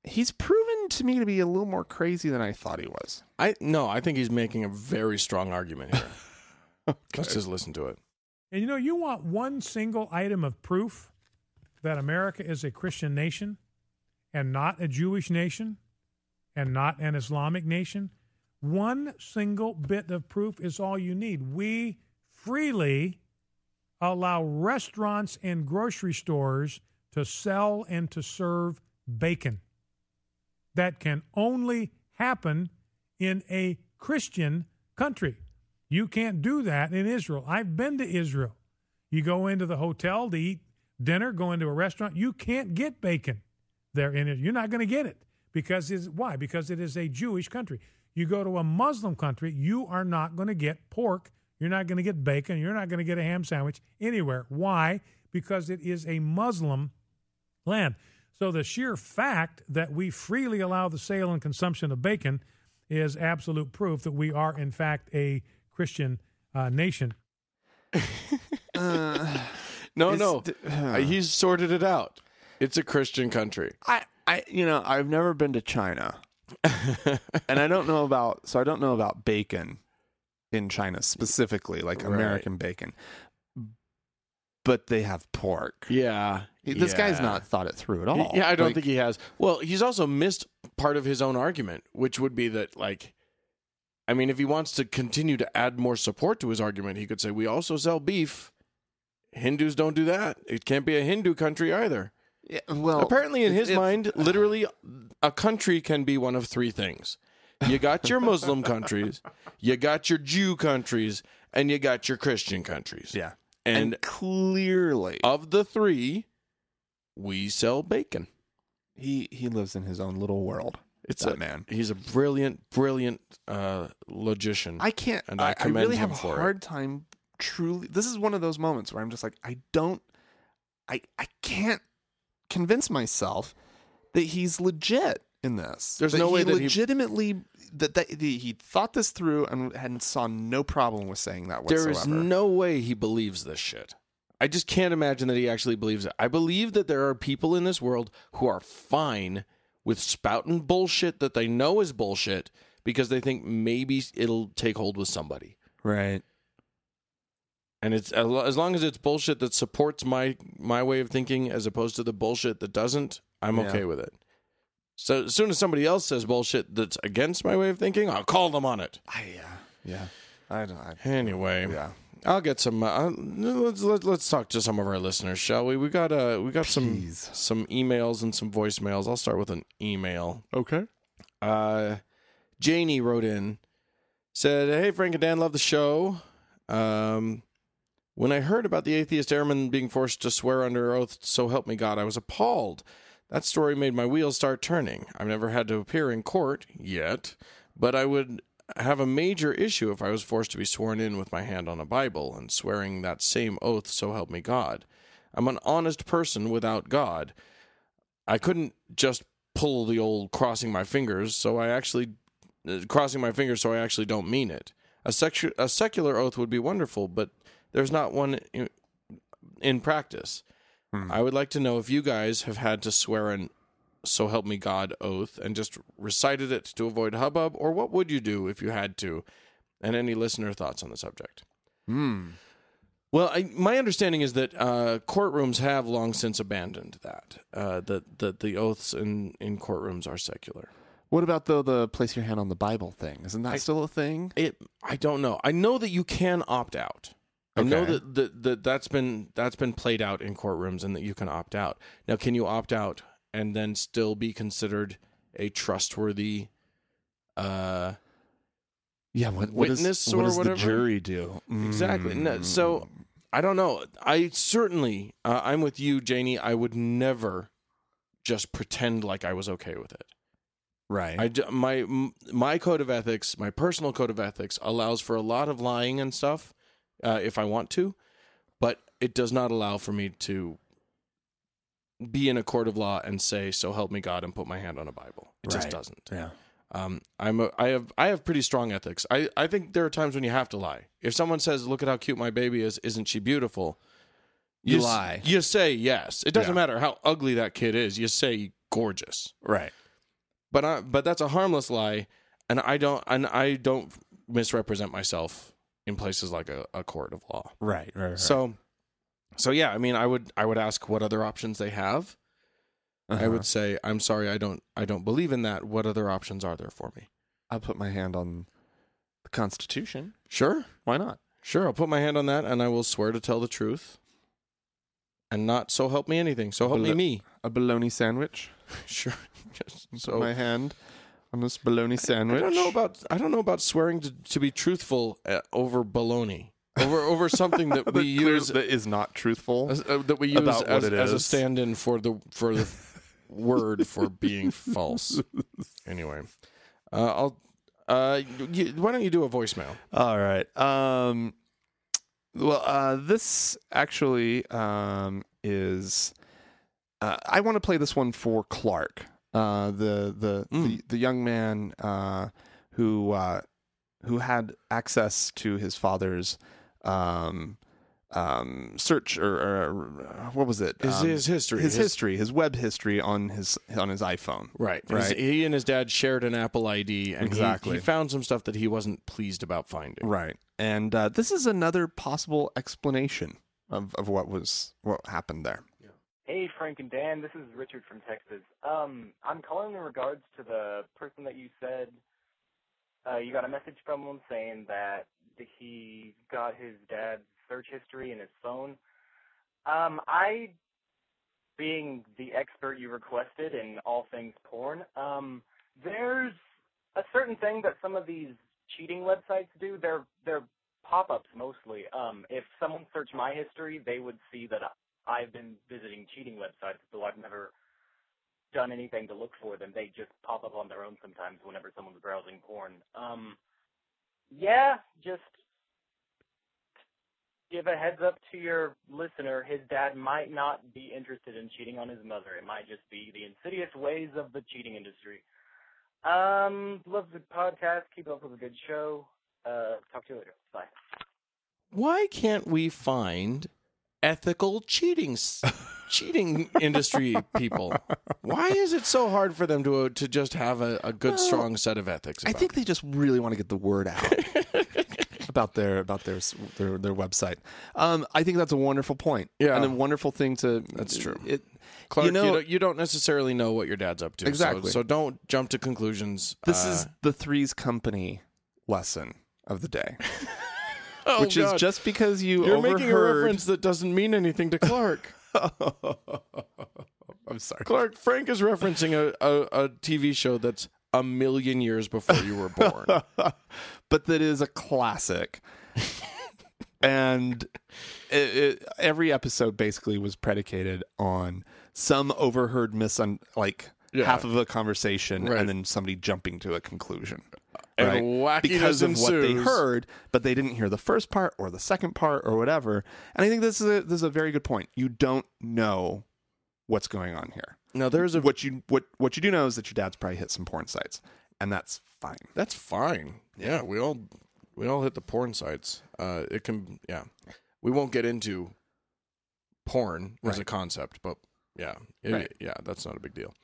Speaker 1: he's proven to me to be a little more crazy than I thought he was.
Speaker 2: I no, I think he's making a very strong argument here. Let's just listen to it.
Speaker 3: And you know, you want one single item of proof that America is a Christian nation and not a Jewish nation and not an Islamic nation? One single bit of proof is all you need. We freely allow restaurants and grocery stores to sell and to serve bacon. That can only happen in a Christian country. You can't do that in Israel. I've been to Israel. You go into the hotel to eat dinner, go into a restaurant, you can't get bacon there in it. You're not going to get it because it's why? Because it is a Jewish country. You go to a Muslim country, you are not going to get pork. You're not going to get bacon. You're not going to get a ham sandwich anywhere. Why? Because it is a Muslim land. So the sheer fact that we freely allow the sale and consumption of bacon is absolute proof that we are, in fact, a Christian uh, nation.
Speaker 2: No,
Speaker 1: Uh, It's
Speaker 2: no.
Speaker 1: d-
Speaker 2: Uh, He's sorted it out. It's a Christian country.
Speaker 1: I, I, you know, I've never been to China, and I don't know about. So I don't know about bacon in China specifically, like
Speaker 2: Right.
Speaker 1: American bacon. But they have pork.
Speaker 2: Yeah.
Speaker 1: This guy's
Speaker 2: Yeah.
Speaker 1: not thought it through at all.
Speaker 2: Yeah, I don't
Speaker 1: Like,
Speaker 2: think he has. Well, he's also missed part of his own argument, which would be that, like, I mean, if he wants to continue to add more support to his argument, he could say, "We also sell beef. Hindus don't do that. It can't be a Hindu country either."
Speaker 1: Yeah, well,
Speaker 2: Apparently,
Speaker 1: Oh,
Speaker 2: in
Speaker 1: if-
Speaker 2: his
Speaker 1: if-
Speaker 2: mind, literally, a country can be one of three things: you got your Muslim countries, you got your Jew countries, and you got your Christian countries.
Speaker 1: yeah,
Speaker 2: and Uh,
Speaker 1: clearly
Speaker 2: of the three, we sell bacon.
Speaker 1: he he lives in his own little world.
Speaker 2: It's
Speaker 1: That
Speaker 2: a
Speaker 1: man.
Speaker 2: He's a brilliant, brilliant uh, logician.
Speaker 1: I can't.
Speaker 2: And I
Speaker 1: I, I,
Speaker 2: commend
Speaker 1: really
Speaker 2: him
Speaker 1: have a
Speaker 2: for it.
Speaker 1: hard time. Truly, this is one of those moments where I'm just like, I don't, I I can't convince myself that he's legit in this.
Speaker 2: There's no
Speaker 1: he
Speaker 2: way that he-
Speaker 1: legitimately that that the, he thought this through and and saw no problem with saying that
Speaker 2: there
Speaker 1: whatsoever.
Speaker 2: is no way he believes this shit. I just can't imagine that he actually believes it. I believe that there are people in this world who are fine with spouting bullshit that they know is bullshit because they think maybe it'll take hold with somebody.
Speaker 1: right.
Speaker 2: And it's as lo- as long as it's bullshit that supports my my way of thinking as opposed to the bullshit that doesn't, I'm
Speaker 1: Yeah.
Speaker 2: okay with it. So as soon as somebody else says bullshit that's against my way of thinking, I'll call them on it.
Speaker 1: I, yeah. Yeah. I don't. I,
Speaker 2: Anyway,
Speaker 1: yeah.
Speaker 2: I'll get some. Uh, let's let, let's talk to some of our listeners, shall we? We got uh we got
Speaker 1: Please.
Speaker 2: some some emails and some voicemails. I'll start with an email.
Speaker 1: Okay.
Speaker 2: Uh, Janie wrote in, said, "Hey Frank and Dan, love the show. Um, when I heard about the atheist airman being forced to swear under oath, so help me God, I was appalled. That story made my wheels start turning. I've never had to appear in court yet, but I would." Have a major issue if I was forced to be sworn in with my hand on a Bible and swearing that same oath, so help me God. I'm an honest person without God, I couldn't just pull the old crossing my fingers, so I actually uh, crossing my fingers so I actually don't mean it. A, secu- a secular oath would be wonderful, but there's not one in, in practice. I would like to know if you guys have had to swear an so help me God oath and just recited it to avoid hubbub, or what would you do if you had to? And any listener thoughts on the subject?
Speaker 1: Hmm.
Speaker 2: Well, I, my understanding is that uh, courtrooms have long since abandoned that. Uh, that that the oaths in, in courtrooms are secular.
Speaker 1: What about though the place your hand on the Bible thing? Isn't that still a thing?
Speaker 2: It. I don't know. I know that you can opt out. I know
Speaker 1: Okay.
Speaker 2: that, that that that's been that's been played out in courtrooms, and that you can opt out. Now, can you opt out and then still be considered a trustworthy? Uh,
Speaker 1: Yeah. What, what does-
Speaker 2: Witness
Speaker 1: what
Speaker 2: or
Speaker 1: does
Speaker 2: whatever?
Speaker 1: the jury do? Mm.
Speaker 2: Exactly. No, so I don't know. I certainly, uh, I'm with you, Janie. I would never just pretend like I was okay with it.
Speaker 1: Right.
Speaker 2: I d- my m- my code of ethics, my personal code of ethics, allows for a lot of lying and stuff uh, if I want to, but it does not allow for me to be in a court of law and say, "So help me God," and put my hand on a Bible. It just
Speaker 1: Right.
Speaker 2: doesn't.
Speaker 1: yeah.
Speaker 2: Um, I'm a, I have I have pretty strong ethics. I, I think there are times when you have to lie. If someone says, "Look at how cute my baby is," isn't she beautiful?
Speaker 1: You
Speaker 2: s-
Speaker 1: lie.
Speaker 2: You say yes. It doesn't
Speaker 1: Yeah.
Speaker 2: matter how ugly that kid is. You say gorgeous.
Speaker 1: Right.
Speaker 2: But I, but that's a harmless lie, and I don't and I don't misrepresent myself in places like a, a court of law.
Speaker 1: Right, right, right.
Speaker 2: So so yeah, I mean, I would I would ask what other options they have.
Speaker 1: Uh-huh.
Speaker 2: I would say, "I'm sorry, I don't I don't believe in that. What other options are there for me?"
Speaker 1: I put my hand on the Constitution.
Speaker 2: Sure.
Speaker 1: Why not?
Speaker 2: Sure, I'll put my hand on that and I will swear to tell the truth. And not so help me anything. So help me
Speaker 1: Belo-
Speaker 2: me.
Speaker 1: A bologna sandwich.
Speaker 2: Sure. Yes, so
Speaker 1: Put my hand on this bologna
Speaker 2: I
Speaker 1: sandwich.
Speaker 2: don't know about I don't know about swearing to, to be truthful uh, over baloney. Over over something that,
Speaker 1: that
Speaker 2: we
Speaker 1: clear-
Speaker 2: use
Speaker 1: that is not truthful.
Speaker 2: as- uh, that we use
Speaker 1: about what
Speaker 2: as,
Speaker 1: it
Speaker 2: as a
Speaker 1: is.
Speaker 2: stand-in for the for the word for being false. Anyway, uh, I'll Uh, you- you, why don't you do a voicemail?
Speaker 1: All right. Um, well, uh, this actually um, is. Uh, I want to play this one for Clark, uh, the, the
Speaker 2: Hmm.
Speaker 1: the the young man uh, who uh, who had access to his father's um, um, search or, or uh, what was it?
Speaker 2: His,
Speaker 1: Um,
Speaker 2: his history.
Speaker 1: his history, his web history on his on his iPhone.
Speaker 2: Right,
Speaker 1: Right.
Speaker 2: His- He and his dad shared an Apple ID, and he-
Speaker 1: Exactly.
Speaker 2: he, found some stuff that he wasn't pleased about finding.
Speaker 1: Right. And uh, this is another possible explanation of, of what was what happened there.
Speaker 4: Hey, Frank and Dan, this is Richard from Texas. Um, I'm calling in regards to the person that you said uh, you got a message from him saying that he got his dad's search history in his phone. Um, I, being the expert you requested in all things porn, um, there's a certain thing that some of these cheating websites do. They're they're pop-ups mostly. Um, if someone searched my history, they would see that I've been visiting cheating websites, though I've never done anything to look for them. They just pop up on their own sometimes whenever someone's browsing porn. Um, yeah, just give a heads up to your listener. His dad might not be interested in cheating on his mother. It might just be the insidious ways of the cheating industry. Um, love the podcast. Keep up with a good show. Uh, talk to you later. Bye.
Speaker 2: Why can't we find ethical cheating s- cheating industry people? Why is it so hard for them to to just have a, a good
Speaker 1: Well,
Speaker 2: strong set of ethics?
Speaker 1: I
Speaker 2: about
Speaker 1: think they just really want to get the word out about their about their s- their their website. Um, I think that's a wonderful point.
Speaker 2: Yeah.
Speaker 1: and a wonderful thing to.
Speaker 2: That's true.
Speaker 1: It,
Speaker 2: Clark,
Speaker 1: you
Speaker 2: you,
Speaker 1: know,
Speaker 2: don't, you don't necessarily know what your dad's up to. so-
Speaker 1: Exactly.
Speaker 2: So, don't jump to conclusions.
Speaker 1: this
Speaker 2: uh,
Speaker 1: is the Three's Company lesson of the day,
Speaker 2: oh,
Speaker 1: which
Speaker 2: God.
Speaker 1: is just because you
Speaker 2: You're
Speaker 1: overheard.
Speaker 2: making a reference that doesn't mean anything to Clark.
Speaker 1: I'm sorry.
Speaker 2: Clark, Frank is referencing a, a, a TV show that's a million years before you were born.
Speaker 1: but that is a classic. and it, it, every episode basically was predicated on some overheard misun like
Speaker 2: Yeah.
Speaker 1: half of a conversation
Speaker 2: Right.
Speaker 1: and then somebody jumping to a conclusion.
Speaker 2: And wackiness
Speaker 1: because of what they
Speaker 2: ensues.
Speaker 1: heard, but they didn't hear the first part or the second part or whatever. And I think this is a, this is a very good point. You don't know what's going on here.
Speaker 2: now there's a
Speaker 1: What you what what you do know is that your dad's probably hit some porn sites, and that's fine.
Speaker 2: that's fine. Yeah, we all we all hit the porn sites. Uh, it can yeah. We won't get into porn as a
Speaker 1: Right.
Speaker 2: concept, but yeah, it-
Speaker 1: Right.
Speaker 2: yeah, that's not a big deal.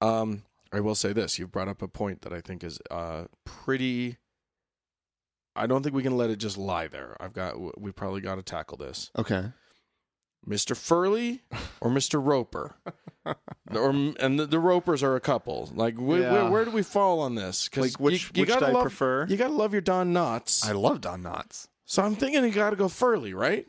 Speaker 2: Um, I will say this: you've brought up a point that I think is uh pretty. I don't think we can let it just lie there. I've got we probably got to tackle this.
Speaker 1: Okay.
Speaker 2: Mr. Furley or Mr. Roper, or and the, the Ropers are a couple. Like, wh- wh-
Speaker 1: Yeah.
Speaker 2: where do we fall on this? 'Cause
Speaker 1: Like, which- which
Speaker 2: gotta
Speaker 1: do I
Speaker 2: love-
Speaker 1: prefer?
Speaker 2: You gotta love your Don Knotts.
Speaker 1: I love Don Knotts.
Speaker 2: so I'm thinking you gotta go Furley, right?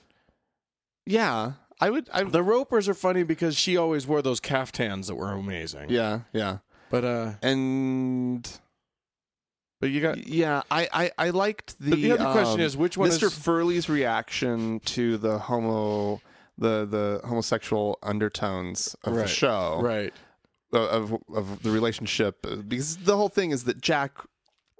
Speaker 1: Yeah, I would. I
Speaker 2: The Ropers are funny because she always wore those caftans that were amazing.
Speaker 1: yeah, yeah,
Speaker 2: but uh,
Speaker 1: and
Speaker 2: but you got.
Speaker 1: yeah, I I, I liked the.
Speaker 2: But the other question
Speaker 1: um,
Speaker 2: is, which one
Speaker 1: Mr.
Speaker 2: is-
Speaker 1: Furley's reaction to the homo, the the homosexual undertones of the
Speaker 2: Right,
Speaker 1: show,
Speaker 2: Right.
Speaker 1: uh, Of of the relationship, uh, because the whole thing is that Jack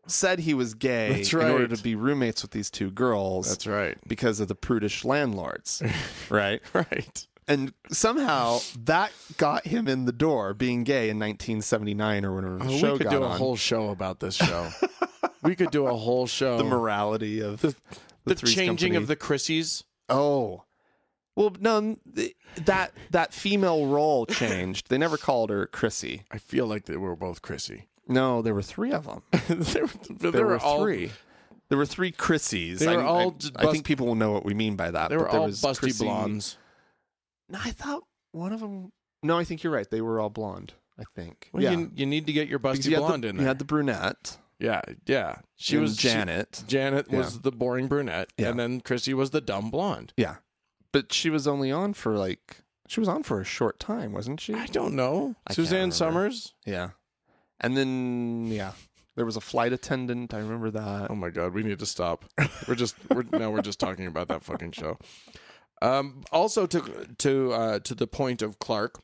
Speaker 1: said he was gay
Speaker 2: That's
Speaker 1: in order
Speaker 2: right.
Speaker 1: to be roommates with these two girls.
Speaker 2: That's right.
Speaker 1: Because of the prudish landlords, right?
Speaker 2: Right.
Speaker 1: and somehow that got him in the door being gay in 1979 or whenever the
Speaker 2: Oh,
Speaker 1: show
Speaker 2: we could
Speaker 1: got
Speaker 2: do a
Speaker 1: on.
Speaker 2: whole show about this show. we could do a whole show.
Speaker 1: the morality of the,
Speaker 2: the
Speaker 1: Three's
Speaker 2: changing
Speaker 1: Company.
Speaker 2: of the Chrissies.
Speaker 1: oh well no n- th- that that female role changed they never called her Chrissy
Speaker 2: I feel like they were both Chrissy.
Speaker 1: no there were three of them
Speaker 2: there, there
Speaker 1: there
Speaker 2: were
Speaker 1: were
Speaker 2: all,
Speaker 1: three there were three Chrissies
Speaker 2: They were
Speaker 1: I, I,
Speaker 2: all just
Speaker 1: I think
Speaker 2: bust-
Speaker 1: people will know what we mean by that
Speaker 2: They
Speaker 1: but
Speaker 2: were
Speaker 1: there
Speaker 2: all
Speaker 1: was
Speaker 2: busty
Speaker 1: Chrissy-
Speaker 2: blondes.
Speaker 1: no I thought one of them no I think you're right they were all blonde I think
Speaker 2: Well,
Speaker 1: yeah
Speaker 2: you, you need to get your
Speaker 1: Because
Speaker 2: busty
Speaker 1: you had the-
Speaker 2: blonde in
Speaker 1: you
Speaker 2: there.
Speaker 1: had the brunette
Speaker 2: yeah, yeah. She
Speaker 1: and
Speaker 2: was she-
Speaker 1: Janet
Speaker 2: Janet
Speaker 1: Yeah.
Speaker 2: was the boring brunette,
Speaker 1: Yeah.
Speaker 2: and then Chrissy was the dumb blonde.
Speaker 1: Yeah. But she was only on for like she was on for a short time, wasn't she?
Speaker 2: I don't know.
Speaker 1: I can't
Speaker 2: Suzanne
Speaker 1: remember.
Speaker 2: Summers.
Speaker 1: Yeah. And then yeah, there was a flight attendant. I remember that.
Speaker 2: Oh my god, we need to stop. We're just we're, now we're just talking about that fucking show. Um, also to to uh, to the point of Clark,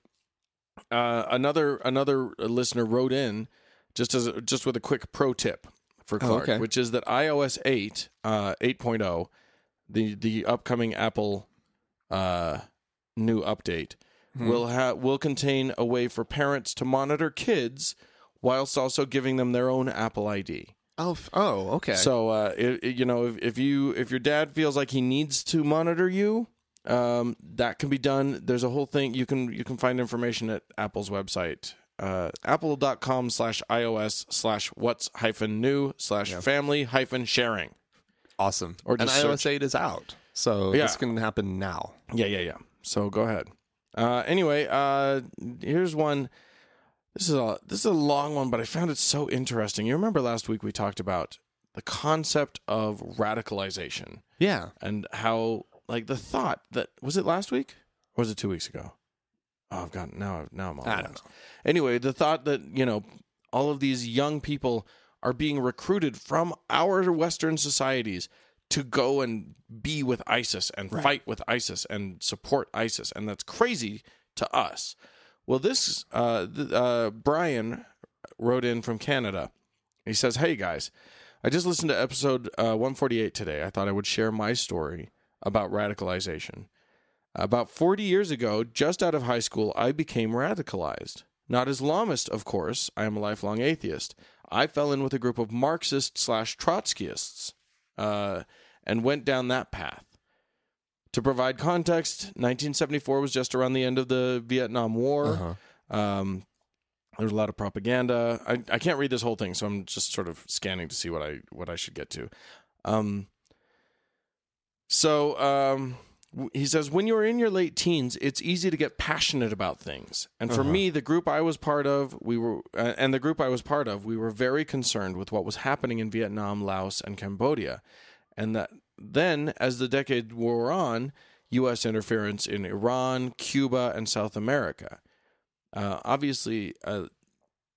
Speaker 2: uh, another another listener wrote in just as just with a quick pro tip for
Speaker 1: Oh,
Speaker 2: Clark,
Speaker 1: okay.
Speaker 2: which is that iOS 8, uh, 8.0, the the upcoming Apple uh, new update
Speaker 1: Hmm.
Speaker 2: will ha- will contain a way for parents to monitor kids whilst also giving them their own Apple ID.
Speaker 1: Oh, f- oh, okay.
Speaker 2: So uh, it, it- you know if, if you if your dad feels like he needs to monitor you, um, that can be done. There's a whole thing you can you can find information at Apple's website. Uh, apple.com slash ios slash what's hyphen new slash family hyphen sharing
Speaker 1: awesome.
Speaker 2: or
Speaker 1: and
Speaker 2: just
Speaker 1: iOS
Speaker 2: search-
Speaker 1: 8 is out, so
Speaker 2: Yeah.
Speaker 1: this can happen now.
Speaker 2: Yeah, yeah, yeah. So go ahead. Uh, anyway, uh, here's one. This is a this is a long one, but I found it so interesting. You remember last week we talked about the concept of radicalization
Speaker 1: Yeah,
Speaker 2: and how like the thought that was it last week or was it two weeks ago? Oh, I've got now. Now I'm all
Speaker 1: I don't
Speaker 2: lost. Anyway, the thought that you know all of these young people are being recruited from our Western societies to go and be with ISIS and fight with ISIS and support ISIS, and that's crazy to us. Well, this uh, th- uh, Brian wrote in from Canada. He says, "Hey guys, I just listened to episode uh, 148 today. I thought I would share my story about radicalization. About 40 years ago, just out of high school, I became radicalized. Not Islamist, of course. I am a lifelong atheist. I fell in with a group of Marxist slash Trotskyists uh, and went down that path. To provide context, 1974 was just around the end of the Vietnam War. Um, there was a lot of propaganda. I, I can't read this whole thing, so I'm just sort of scanning to see what I what I should get to. Um, so um, w- he says, when you're in your late teens, it's easy to get passionate about things. And for me, the group I was part of, we were, uh, and the group I was part of, we were very concerned with what was happening in Vietnam, Laos, and Cambodia, and that then as the decade wore on, U.S. interference in Iran, Cuba, and South America. Uh, obviously, uh,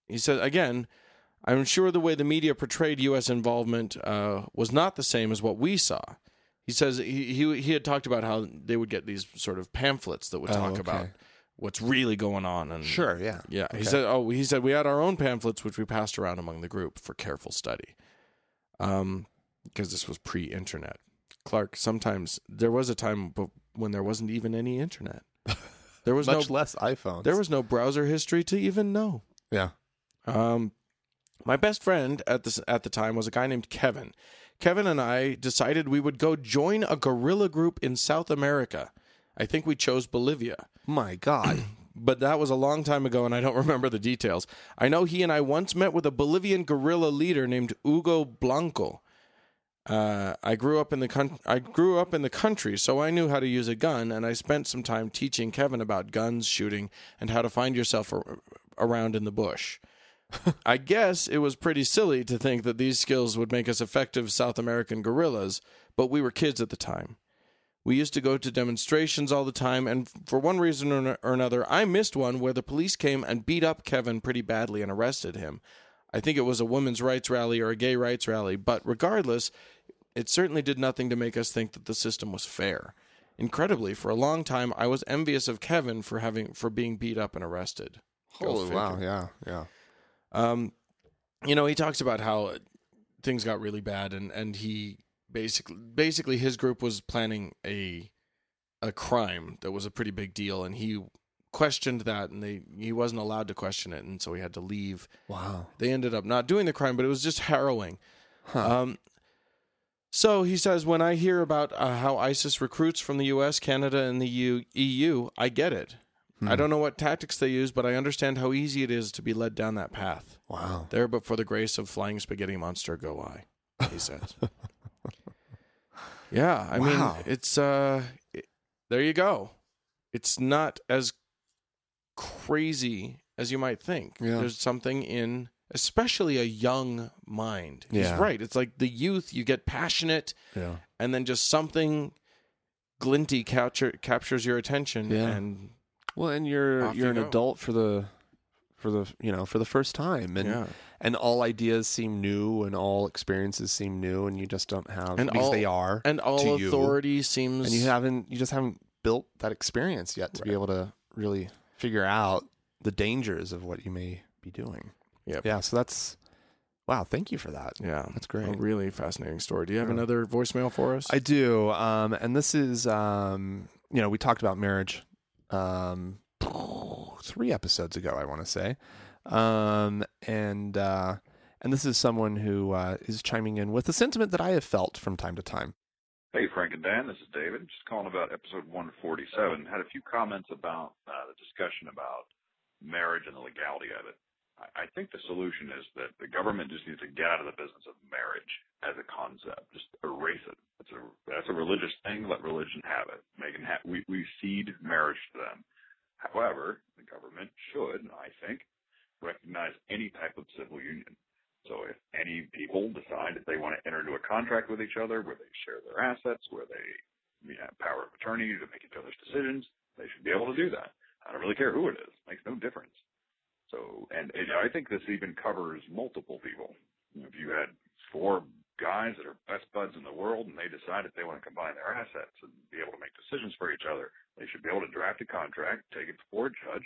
Speaker 2: he said again, I'm sure the way the media portrayed U.S. involvement uh, was not the same as what we saw. He says he, he he had talked about how they would get these sort of pamphlets that would
Speaker 1: Oh,
Speaker 2: talk
Speaker 1: okay.
Speaker 2: about what's really going on and
Speaker 1: sure. Yeah,
Speaker 2: Mm. yeah, he
Speaker 1: Okay.
Speaker 2: said. Oh, he said we had our own pamphlets, which we passed around among the group for careful study, um, because this was pre-internet. Clark, sometimes there was a time bu- when there wasn't even any internet. There was
Speaker 1: much
Speaker 2: no
Speaker 1: less iPhones.
Speaker 2: there was no browser history to even know.
Speaker 1: yeah.
Speaker 2: Um, my best friend at this at the time was a guy named Kevin. Kevin and I decided we would go join a guerrilla group in South America. I think we chose Bolivia
Speaker 1: My God.
Speaker 2: but that was a long time ago and I don't remember the details. I know he and I once met with a Bolivian guerrilla leader named Hugo Blanco. Uh, I grew up in the con- I grew up in the country, so I knew how to use a gun, and I spent some time teaching Kevin about guns, shooting, and how to find yourself ar- around in the bush. I guess it was pretty silly to think that these skills would make us effective South American guerrillas, but we were kids at the time. We used to go to demonstrations all the time, and for one reason or or another, I missed one where the police came and beat up Kevin pretty badly and arrested him. I think it was a women's rights rally or a gay rights rally, but regardless, it certainly did nothing to make us think that the system was fair. Incredibly, for a long time, I was envious of Kevin for having for being beat up and arrested. Go
Speaker 1: Holy wow.
Speaker 2: figure.
Speaker 1: Yeah. Yeah.
Speaker 2: Um, you know, he talks about how things got really bad, and and he basically basically his group was planning a a crime that was a pretty big deal, and he questioned that, and they he wasn't allowed to question it, and so he had to leave.
Speaker 1: Wow.
Speaker 2: They ended up not doing the crime, but it was just harrowing. Um, so he says, when I hear about uh, how ISIS recruits from the U.S., Canada, and the U- EU, I get it. I don't know what tactics they use, but I understand how easy it is to be led down that path.
Speaker 1: Wow.
Speaker 2: There, but for the grace of flying spaghetti monster, go I. He says. yeah, I
Speaker 1: Wow.
Speaker 2: mean, it's uh, it- there you go. It's not as crazy as you might think.
Speaker 1: Yeah.
Speaker 2: There's something in, especially a young mind.
Speaker 1: Yeah.
Speaker 2: He's right. It's like the youth. You get passionate,
Speaker 1: Yeah.
Speaker 2: and then just something glinty capture, captures your attention,
Speaker 1: Yeah.
Speaker 2: and
Speaker 1: Well, and you're
Speaker 2: Off
Speaker 1: you're
Speaker 2: you
Speaker 1: an
Speaker 2: go.
Speaker 1: adult for the for the you know for the first time, and
Speaker 2: Yeah.
Speaker 1: and all ideas seem new, and all experiences seem new, and you just don't have
Speaker 2: And
Speaker 1: because
Speaker 2: all-
Speaker 1: they are,
Speaker 2: and all
Speaker 1: to you.
Speaker 2: authority seems
Speaker 1: and you haven't you just haven't built that experience yet to be able to really figure out the dangers of what you may be doing.
Speaker 2: Yep.
Speaker 1: Yeah, so that's Wow, thank you for that.
Speaker 2: Yeah,
Speaker 1: That's great.
Speaker 2: A really fascinating story. Do you have another voicemail for us?
Speaker 1: I do. Um, and this is, um, you know, we talked about marriage um, three episodes ago, I want to say. Um, and uh, and this is someone who uh, is chiming in with a sentiment that I have felt from time to time.
Speaker 5: Hey, Frank and Dan, this is David. Just calling about episode 147. Had a few comments about uh, the discussion about marriage and the legality of it. I, I think the solution is that the government just needs to get out of the business of marriage as a concept. Just erase it. That's a that's a religious thing. Let religion have it. Make it ha- we we cede marriage to them. However, the government should, I think, recognize any type of civil union. So if any people decide that they want to enter into a contract with each other where they share their assets, where they you know, have power of attorney to make each other's decisions, they should be able to do that. I don't really care who it is. Makes no difference. So, and, and I think this even covers multiple people. You know, If you had four guys that are best buds in the world and they decide that they want to combine their assets and be able to make decisions for each other, they should be able to draft a contract, take it before a judge,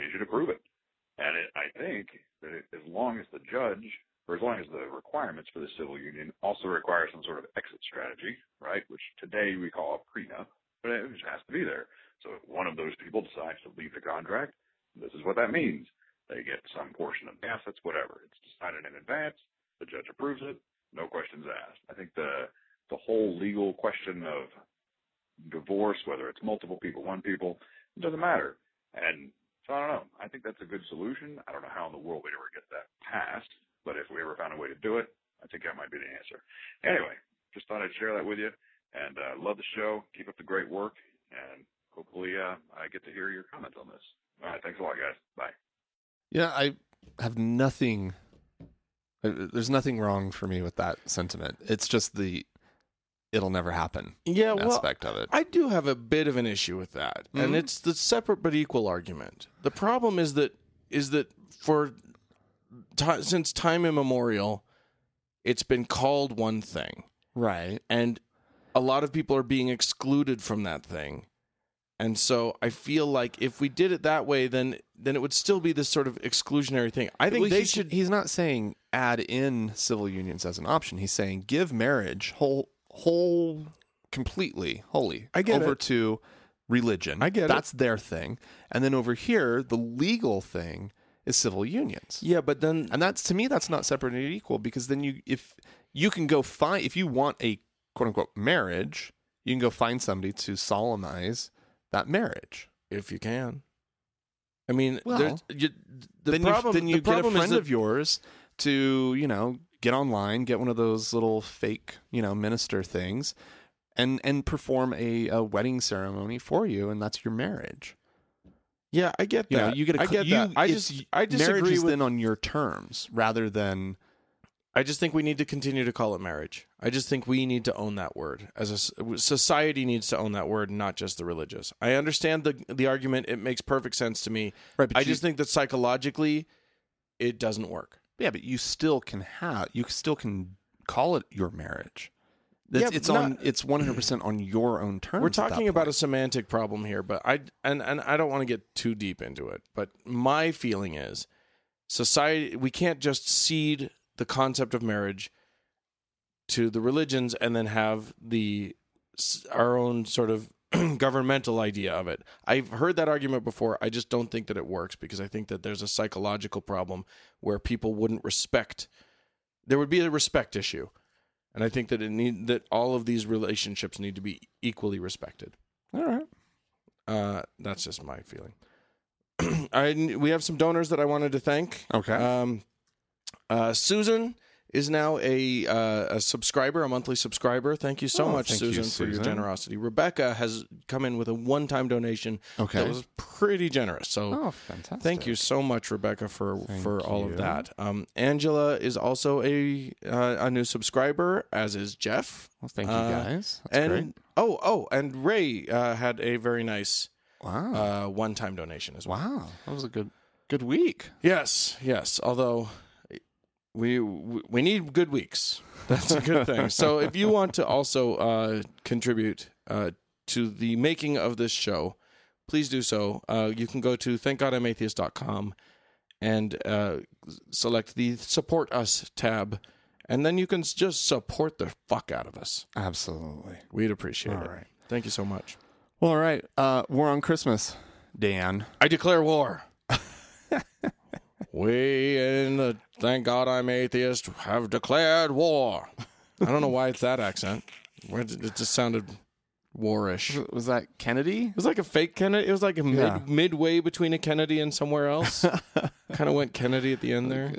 Speaker 5: and you should approve it. And it, I think that it, as long as the judge, or as long as the requirements for the civil union also require some sort of exit strategy, right, which today we call a prenup, but it just has to be there. So if one of those people decides to leave the contract, this is what that means. They get some portion of the assets, whatever. It's decided in advance. The judge approves it. No questions asked. I think the the whole legal question of divorce, whether it's multiple people, one people, it doesn't matter. And so I don't know. I think that's a good solution. I don't know how in the world we'd ever get that passed, but if we ever found a way to do it, I think that might be the answer. Anyway, just thought I'd share that with you, and uh, love the show. Keep up the great work, and hopefully uh, I get to hear your comments on this. All right, thanks a lot, guys. Bye.
Speaker 1: Yeah, I have nothing. uh, There's nothing wrong for me with that sentiment. It's just the it'll never happen
Speaker 2: yeah,
Speaker 1: aspect of it.
Speaker 2: I do have a bit of an issue with that, and it's the separate but equal argument. The problem is that is that for ti since time immemorial, it's been called one thing,
Speaker 1: right.
Speaker 2: and a lot of people are being excluded from that thing. And so I feel like if we did it that way, then then it would still be this sort of exclusionary thing. I think
Speaker 1: Well,
Speaker 2: they
Speaker 1: he's-
Speaker 2: should.
Speaker 1: He's not saying add in civil unions as an option. He's saying give marriage whole, whole, completely, wholly
Speaker 2: I get
Speaker 1: over
Speaker 2: it.
Speaker 1: to religion.
Speaker 2: I get it.
Speaker 1: That's their thing. And then over here, the legal thing is civil unions.
Speaker 2: yeah, but then
Speaker 1: And that's to me, that's not separate and equal because then you, if you can go find, if you want a quote unquote marriage, you can go find somebody to solemnize that marriage.
Speaker 2: if you can, I mean,
Speaker 1: Well,
Speaker 2: there's, you, the
Speaker 1: then
Speaker 2: problem
Speaker 1: you, then you
Speaker 2: the
Speaker 1: get a
Speaker 2: problem is
Speaker 1: friend
Speaker 2: that
Speaker 1: of yours to you know get online, get one of those little fake you know minister things, and and perform a, a wedding ceremony for you, and that's your marriage.
Speaker 2: Yeah, I get
Speaker 1: You
Speaker 2: that.
Speaker 1: know, you get a
Speaker 2: I
Speaker 1: co-
Speaker 2: get
Speaker 1: you-
Speaker 2: that. I
Speaker 1: it's-
Speaker 2: just I
Speaker 1: marriage
Speaker 2: disagree
Speaker 1: is
Speaker 2: with.
Speaker 1: then on your terms rather than
Speaker 2: I just think we need to continue to call it marriage. I just think we need to own that word as a s- society needs to own that word, not just the religious. I understand the the argument; it makes perfect sense to me.
Speaker 1: right. But
Speaker 2: I
Speaker 1: you-
Speaker 2: just think that psychologically, it doesn't work.
Speaker 1: yeah, but you still can have you still can call it your marriage. It's,
Speaker 2: Yeah,
Speaker 1: it's
Speaker 2: but
Speaker 1: on
Speaker 2: not-
Speaker 1: it's one hundred percent on your own terms.
Speaker 2: We're
Speaker 1: at that
Speaker 2: talking about a
Speaker 1: point.
Speaker 2: semantic problem here, but I and and I don't want to get too deep into it, but my feeling is society we can't just cede the concept of marriage to the religions and then have the s- our own sort of governmental idea of it. I've heard that argument before. I just don't think that it works because I think that there's a psychological problem where people wouldn't respect there would be a respect issue. And I think that it need that all of these relationships need to be equally respected.
Speaker 1: all right.
Speaker 2: Uh, that's just my feeling. I we have some donors that I wanted to thank.
Speaker 1: Okay.
Speaker 2: Um, uh, Susan is now a uh, a subscriber, a monthly subscriber. Thank you so
Speaker 1: Oh,
Speaker 2: much,
Speaker 1: thank you,
Speaker 2: Susan, for your
Speaker 1: Susan.
Speaker 2: generosity. Rebecca has come in with a one time donation
Speaker 1: Okay.
Speaker 2: that was pretty generous. So
Speaker 1: oh, fantastic!
Speaker 2: Thank you so much, Rebecca, for
Speaker 1: Thank
Speaker 2: for all
Speaker 1: you.
Speaker 2: of that. Um, Angela is also a uh, a new subscriber, as is Jeff.
Speaker 1: Well, thank you
Speaker 2: Uh,
Speaker 1: guys. That's
Speaker 2: and
Speaker 1: great.
Speaker 2: oh, oh, and Ray uh, had a very nice
Speaker 1: Wow.
Speaker 2: uh, one time donation as well.
Speaker 1: Wow, that was a good good week.
Speaker 2: Yes, yes. Although we we we need good weeks. That's a good thing. So if you want to also uh, contribute uh, to the making of this show, please do so. Uh, you can go to thankgodimatheist.com and uh, select the support us tab. And then you can s- just support the fuck out of us.
Speaker 1: Absolutely.
Speaker 2: We'd appreciate
Speaker 1: All
Speaker 2: it.
Speaker 1: right.
Speaker 2: Thank you so much.
Speaker 1: Well, all right. Uh, we're on Christmas, Dan.
Speaker 2: I declare war. we in the thank God I'm atheist have declared war. I don't know why it's that accent. Where did- It just sounded warish. It
Speaker 1: Was that Kennedy?
Speaker 2: was like a fake Kennedy. It was like a mid,
Speaker 1: Yeah.
Speaker 2: midway between a Kennedy and somewhere else. kind of went Kennedy at the end there.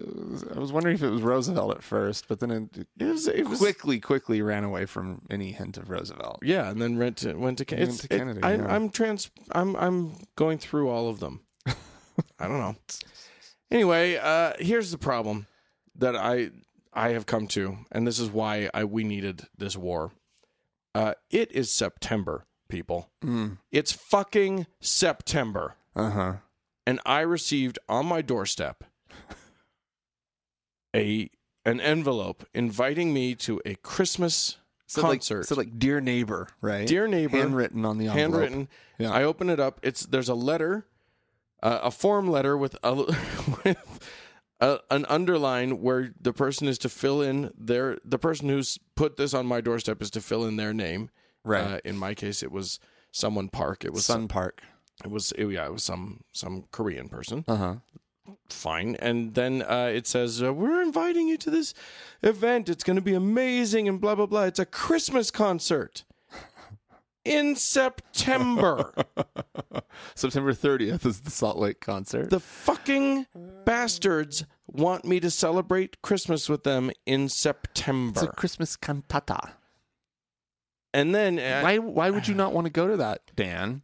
Speaker 1: I was wondering if it was Roosevelt at first, but then it,
Speaker 2: It was, it was
Speaker 1: quickly, quickly ran away from any hint of Roosevelt.
Speaker 2: yeah, and then went to went to, Ken-
Speaker 1: Went
Speaker 2: it's-
Speaker 1: to
Speaker 2: it-
Speaker 1: Kennedy,
Speaker 2: I,
Speaker 1: yeah.
Speaker 2: I'm trans. I'm I'm going through all of them. I don't know. Anyway, uh, here's the problem that I I have come to, and this is why I we needed this war. Uh, it is September, people.
Speaker 1: Mm.
Speaker 2: It's fucking September,
Speaker 1: Uh huh.
Speaker 2: and I received on my doorstep a an envelope inviting me to a Christmas concert.
Speaker 1: Like, so like, dear neighbor, right?
Speaker 2: Dear neighbor,
Speaker 1: handwritten on the envelope.
Speaker 2: handwritten.
Speaker 1: Yeah.
Speaker 2: I open it up. It's there's a letter, uh, a form letter with a with a, an underline where the person is to fill in their the person who's put this on my doorstep is to fill in their name.
Speaker 1: Right.
Speaker 2: Uh, in my case, it was someone Park. It was
Speaker 1: Sun Park.
Speaker 2: it was it, yeah. It was some some Korean person
Speaker 1: Uh huh.
Speaker 2: fine. And then uh, it says, uh, We're inviting you to this event. It's going to be amazing and blah, blah, blah. It's a Christmas concert in September.
Speaker 1: September 30th is the Salt Lake concert.
Speaker 2: the fucking bastards want me to celebrate Christmas with them in September.
Speaker 1: it's a Christmas cantata.
Speaker 2: and then uh,
Speaker 1: why? Why would you not want to go to that, Dan?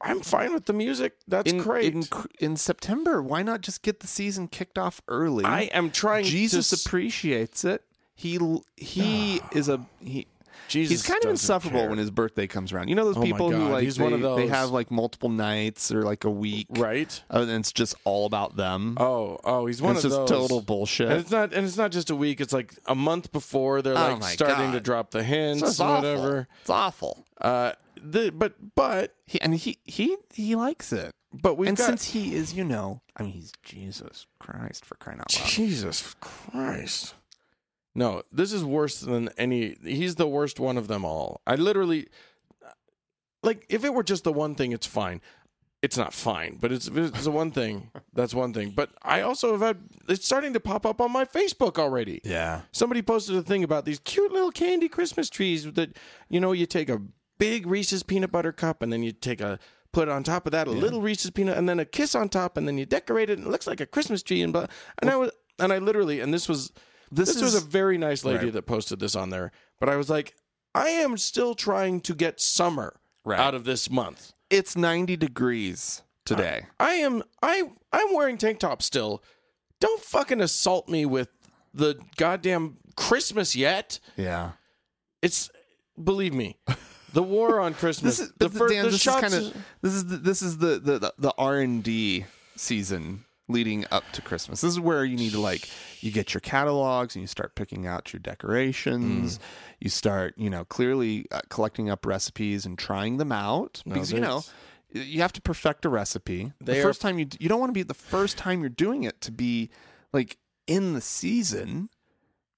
Speaker 2: I'm fine with the music. That's
Speaker 1: in,
Speaker 2: great.
Speaker 1: In, in September, why not just get the season kicked off early?
Speaker 2: I am trying
Speaker 1: Jesus
Speaker 2: to. s-
Speaker 1: appreciates it. He he is a he.
Speaker 2: Jesus
Speaker 1: he's kind of
Speaker 2: doesn't
Speaker 1: insufferable
Speaker 2: care.
Speaker 1: when his birthday comes around. You know those
Speaker 2: Oh my
Speaker 1: people who
Speaker 2: God,
Speaker 1: like
Speaker 2: he's
Speaker 1: they,
Speaker 2: one of
Speaker 1: they
Speaker 2: those.
Speaker 1: have like multiple nights or like a week, uh,
Speaker 2: Right?
Speaker 1: And it's just all about them.
Speaker 2: Oh, oh, he's one
Speaker 1: it's
Speaker 2: of
Speaker 1: just
Speaker 2: those.
Speaker 1: total
Speaker 2: And
Speaker 1: bullshit.
Speaker 2: it's not and it's not just a week, it's like a month before they're
Speaker 1: Oh
Speaker 2: like
Speaker 1: my
Speaker 2: starting
Speaker 1: God.
Speaker 2: to drop the
Speaker 1: It's,
Speaker 2: hints
Speaker 1: just
Speaker 2: and
Speaker 1: awful.
Speaker 2: whatever.
Speaker 1: It's awful.
Speaker 2: Uh the, but but
Speaker 1: He, and he he he likes it.
Speaker 2: but we've
Speaker 1: and
Speaker 2: got
Speaker 1: since he is, you know, I mean, he's Jesus Christ for crying out loud.
Speaker 2: Jesus Christ. No, this is worse than any he's the worst one of them all. I literally like if it were just the one thing it's fine. It's not fine, but it's it's the one thing. That's one thing. But I also have had it's starting to pop up on my Facebook already.
Speaker 1: Yeah.
Speaker 2: Somebody posted a thing about these cute little candy Christmas trees that you know you take a big Reese's peanut butter cup and then you take a put on top of that a little Reese's peanut and then a kiss on top and then you decorate it and it looks like a Christmas tree and blah. And I was and I literally and this was this,
Speaker 1: This
Speaker 2: was a
Speaker 1: is-
Speaker 2: very nice lady
Speaker 1: Right.
Speaker 2: that posted this on there, but I was like, I am still trying to get summer
Speaker 1: Right.
Speaker 2: out of this month.
Speaker 1: It's 90 degrees today.
Speaker 2: I am I I'm wearing tank tops still. Don't fucking assault me with the goddamn Christmas yet.
Speaker 1: yeah.
Speaker 2: It's believe me, the war on Christmas.
Speaker 1: This is
Speaker 2: the
Speaker 1: but
Speaker 2: fir-
Speaker 1: Dan,
Speaker 2: the
Speaker 1: this is
Speaker 2: shots
Speaker 1: kind of this is the, this is the the the, the R and D season leading up to Christmas. This is where you need to like you get your catalogs and you start picking out your decorations.
Speaker 2: Mm.
Speaker 1: You start you know clearly uh, collecting up recipes and trying them out because you know. You have to perfect a recipe. The
Speaker 2: They are-
Speaker 1: first time you you don't want to be the first time you're doing it to be like in the season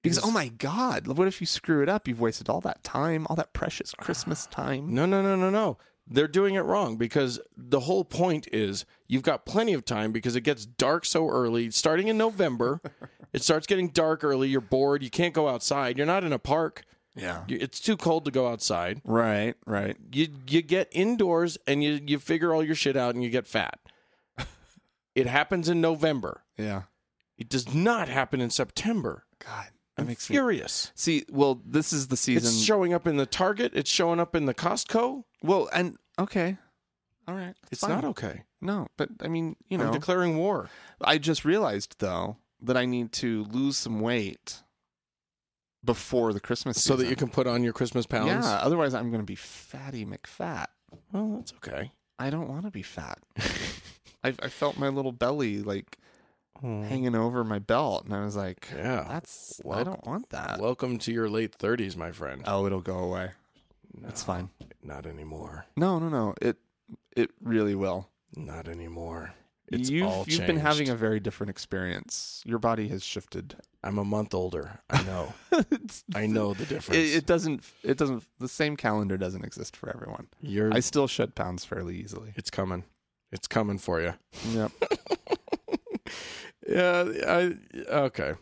Speaker 1: because oh my god, what if you screw it up? You've wasted all that time, all that precious Christmas
Speaker 2: Ah.
Speaker 1: time.
Speaker 2: No, no, no, no, no. They're doing it wrong because the whole point is you've got plenty of time because it gets dark so early. Starting in November, it starts getting dark early. You're bored. You can't go outside. You're not in a park.
Speaker 1: Yeah.
Speaker 2: You- It's too cold to go outside.
Speaker 1: Right, right.
Speaker 2: you you get indoors and you you figure all your shit out and you get fat. it happens in November.
Speaker 1: Yeah.
Speaker 2: It does not happen in September.
Speaker 1: God.
Speaker 2: I'm
Speaker 1: That makes me
Speaker 2: furious.
Speaker 1: See, well, this is the season.
Speaker 2: It's showing up in the Target. It's showing up in the Costco.
Speaker 1: well, and okay. All right.
Speaker 2: It's
Speaker 1: fine.
Speaker 2: not okay.
Speaker 1: No, but I mean, you
Speaker 2: I'm
Speaker 1: know,
Speaker 2: declaring war.
Speaker 1: I just realized though that I need to lose some weight before the Christmas
Speaker 2: So that you
Speaker 1: season.
Speaker 2: can put on your Christmas pounds.
Speaker 1: Yeah, otherwise I'm going to be fatty McFat.
Speaker 2: Well, that's okay.
Speaker 1: I don't want to be fat. I I felt my little belly like hanging over my belt and I was like,
Speaker 2: Hmm. Yeah.
Speaker 1: that's I
Speaker 2: Well-
Speaker 1: don't want that.
Speaker 2: Welcome to your late 30s, my friend.
Speaker 1: oh, it'll go away. That's fine.
Speaker 2: Not anymore.
Speaker 1: No, no, no. It it really will.
Speaker 2: Not anymore. It's
Speaker 1: you've
Speaker 2: all
Speaker 1: you've been having
Speaker 2: changed.
Speaker 1: a very different experience. Your body has shifted.
Speaker 2: I'm a month older. I know.
Speaker 1: It's-
Speaker 2: I know the
Speaker 1: It,
Speaker 2: difference.
Speaker 1: it doesn't. It doesn't. The same calendar doesn't exist for everyone.
Speaker 2: You're.
Speaker 1: I still shed pounds fairly easily.
Speaker 2: it's coming. It's coming for you.
Speaker 1: Yep.
Speaker 2: Yeah. I. Okay.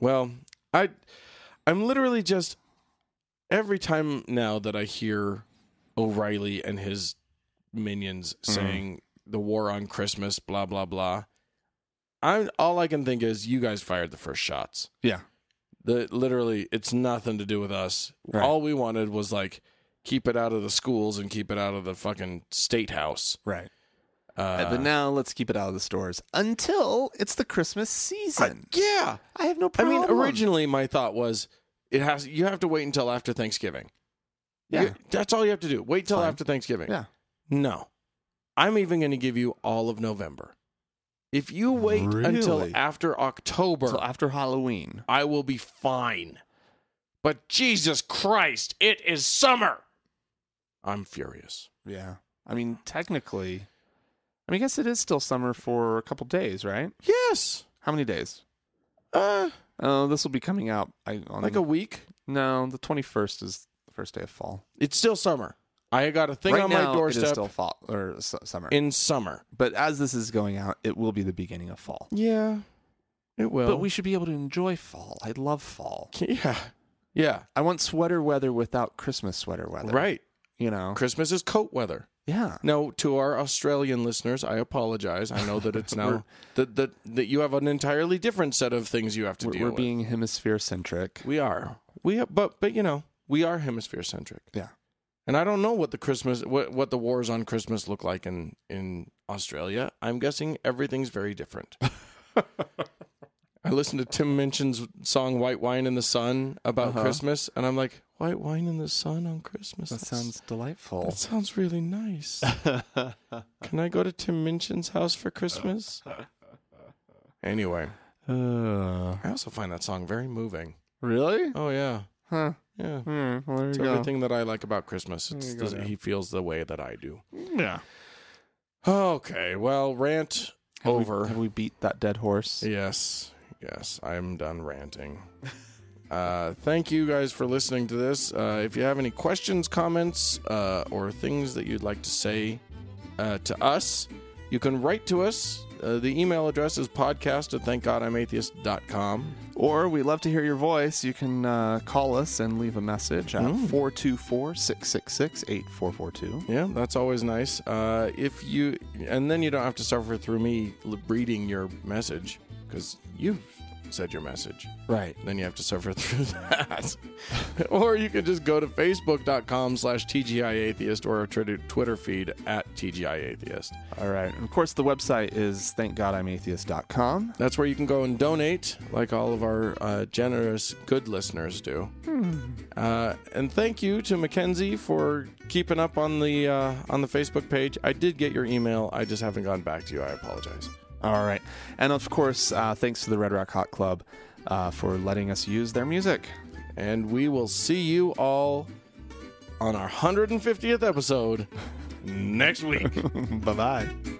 Speaker 2: Well, I. I'm literally just every time now that I hear O'Reilly and his minions saying the war on Christmas, blah blah blah. I'm all I can think is you guys fired the first shots.
Speaker 1: Yeah.
Speaker 2: The literally, it's nothing to do with us.
Speaker 1: Right.
Speaker 2: All we wanted was like keep it out of the schools and keep it out of the fucking state house.
Speaker 1: Right.
Speaker 2: Uh,
Speaker 1: but now let's keep it out of the stores until it's the Christmas season.
Speaker 2: yeah,
Speaker 1: I, have no
Speaker 2: I
Speaker 1: problem.
Speaker 2: mean, originally my thought was it has you have to wait until after Thanksgiving.
Speaker 1: Yeah.
Speaker 2: You- that's all you have to do. Wait till
Speaker 1: Fine.
Speaker 2: after Thanksgiving.
Speaker 1: Yeah.
Speaker 2: No, I'm even going to give you all of November. If you wait until
Speaker 1: Really?
Speaker 2: after October,
Speaker 1: Until after Halloween.
Speaker 2: I will be fine. But Jesus Christ, it is summer. I'm furious.
Speaker 1: Yeah. I mean, technically, I mean, I guess it is still summer for a couple days, right?
Speaker 2: Yes.
Speaker 1: How many days?
Speaker 2: Uh,
Speaker 1: Oh, this will be coming out. I on
Speaker 2: like a week.
Speaker 1: no, the twenty first is the first day of fall.
Speaker 2: It's still summer. I got a thing
Speaker 1: right
Speaker 2: on
Speaker 1: now, it
Speaker 2: my
Speaker 1: is
Speaker 2: doorstep
Speaker 1: still fall or su- summer.
Speaker 2: in summer.
Speaker 1: but as this is going out, it will be the beginning of fall.
Speaker 2: Yeah. It will.
Speaker 1: But we should be able to enjoy fall. I love fall.
Speaker 2: Yeah. Yeah.
Speaker 1: I want sweater weather without Christmas sweater weather.
Speaker 2: Right.
Speaker 1: You know.
Speaker 2: Christmas is coat weather.
Speaker 1: Yeah.
Speaker 2: No, to our Australian listeners, I apologize. I know that it's now that that that you have an entirely different set of things you have to
Speaker 1: We're,
Speaker 2: deal
Speaker 1: we're
Speaker 2: with.
Speaker 1: being hemisphere centric.
Speaker 2: We are. We are, but but you know, we are hemisphere centric.
Speaker 1: Yeah.
Speaker 2: And I don't know what the Christmas what what the wars on Christmas look like in in Australia. I'm guessing everything's very different. I listened to Tim Minchin's song "White Wine in the Sun" about
Speaker 1: Uh-huh.
Speaker 2: Christmas, and I'm like, "White wine in the sun on Christmas."
Speaker 1: That
Speaker 2: That's-
Speaker 1: sounds delightful.
Speaker 2: That sounds really nice. Can I go to Tim Minchin's house for Christmas? Anyway,
Speaker 1: Uh,
Speaker 2: I also find that song very moving.
Speaker 1: really?
Speaker 2: Oh yeah,
Speaker 1: Huh.
Speaker 2: yeah.
Speaker 1: Hmm, well, there
Speaker 2: It's
Speaker 1: you go.
Speaker 2: everything that I like about Christmas. It's
Speaker 1: you go,
Speaker 2: does-
Speaker 1: Dan.
Speaker 2: he feels the way that I do.
Speaker 1: Yeah.
Speaker 2: Okay, well, rant over.
Speaker 1: We, have we beat that dead horse?
Speaker 2: Yes, yes, I'm done ranting. Uh, thank you guys for listening to this. Uh, if you have any questions, comments, uh, or things that you'd like to say uh, to us, you can write to us. Uh, the email address is podcast at thankgodimatheist.com.
Speaker 1: Or we love to hear your voice. You can uh, call us and leave a message at 424 666 8442.
Speaker 2: Yeah, that's always nice. Uh, if you, and then you don't have to suffer through me l- reading your message because you said your message.
Speaker 1: Right.
Speaker 2: then you have to suffer through that. or you can just go to facebook.com slash TGIAtheist or our Twitter- Twitter feed at TGIAtheist.
Speaker 1: All right. And of course, the website is thankgodimatheist.com.
Speaker 2: That's where you can go and donate, like all of our uh, generous, good listeners do. Uh, and thank you to Mackenzie for keeping up on the uh, on the Facebook page. I did get your email. I just haven't gone back to you. I apologize.
Speaker 1: All right. And of course, uh, thanks to the Red Rock Hot Club uh, for letting us use their music.
Speaker 2: And we will see you all on our 150th episode next week.
Speaker 1: bye bye.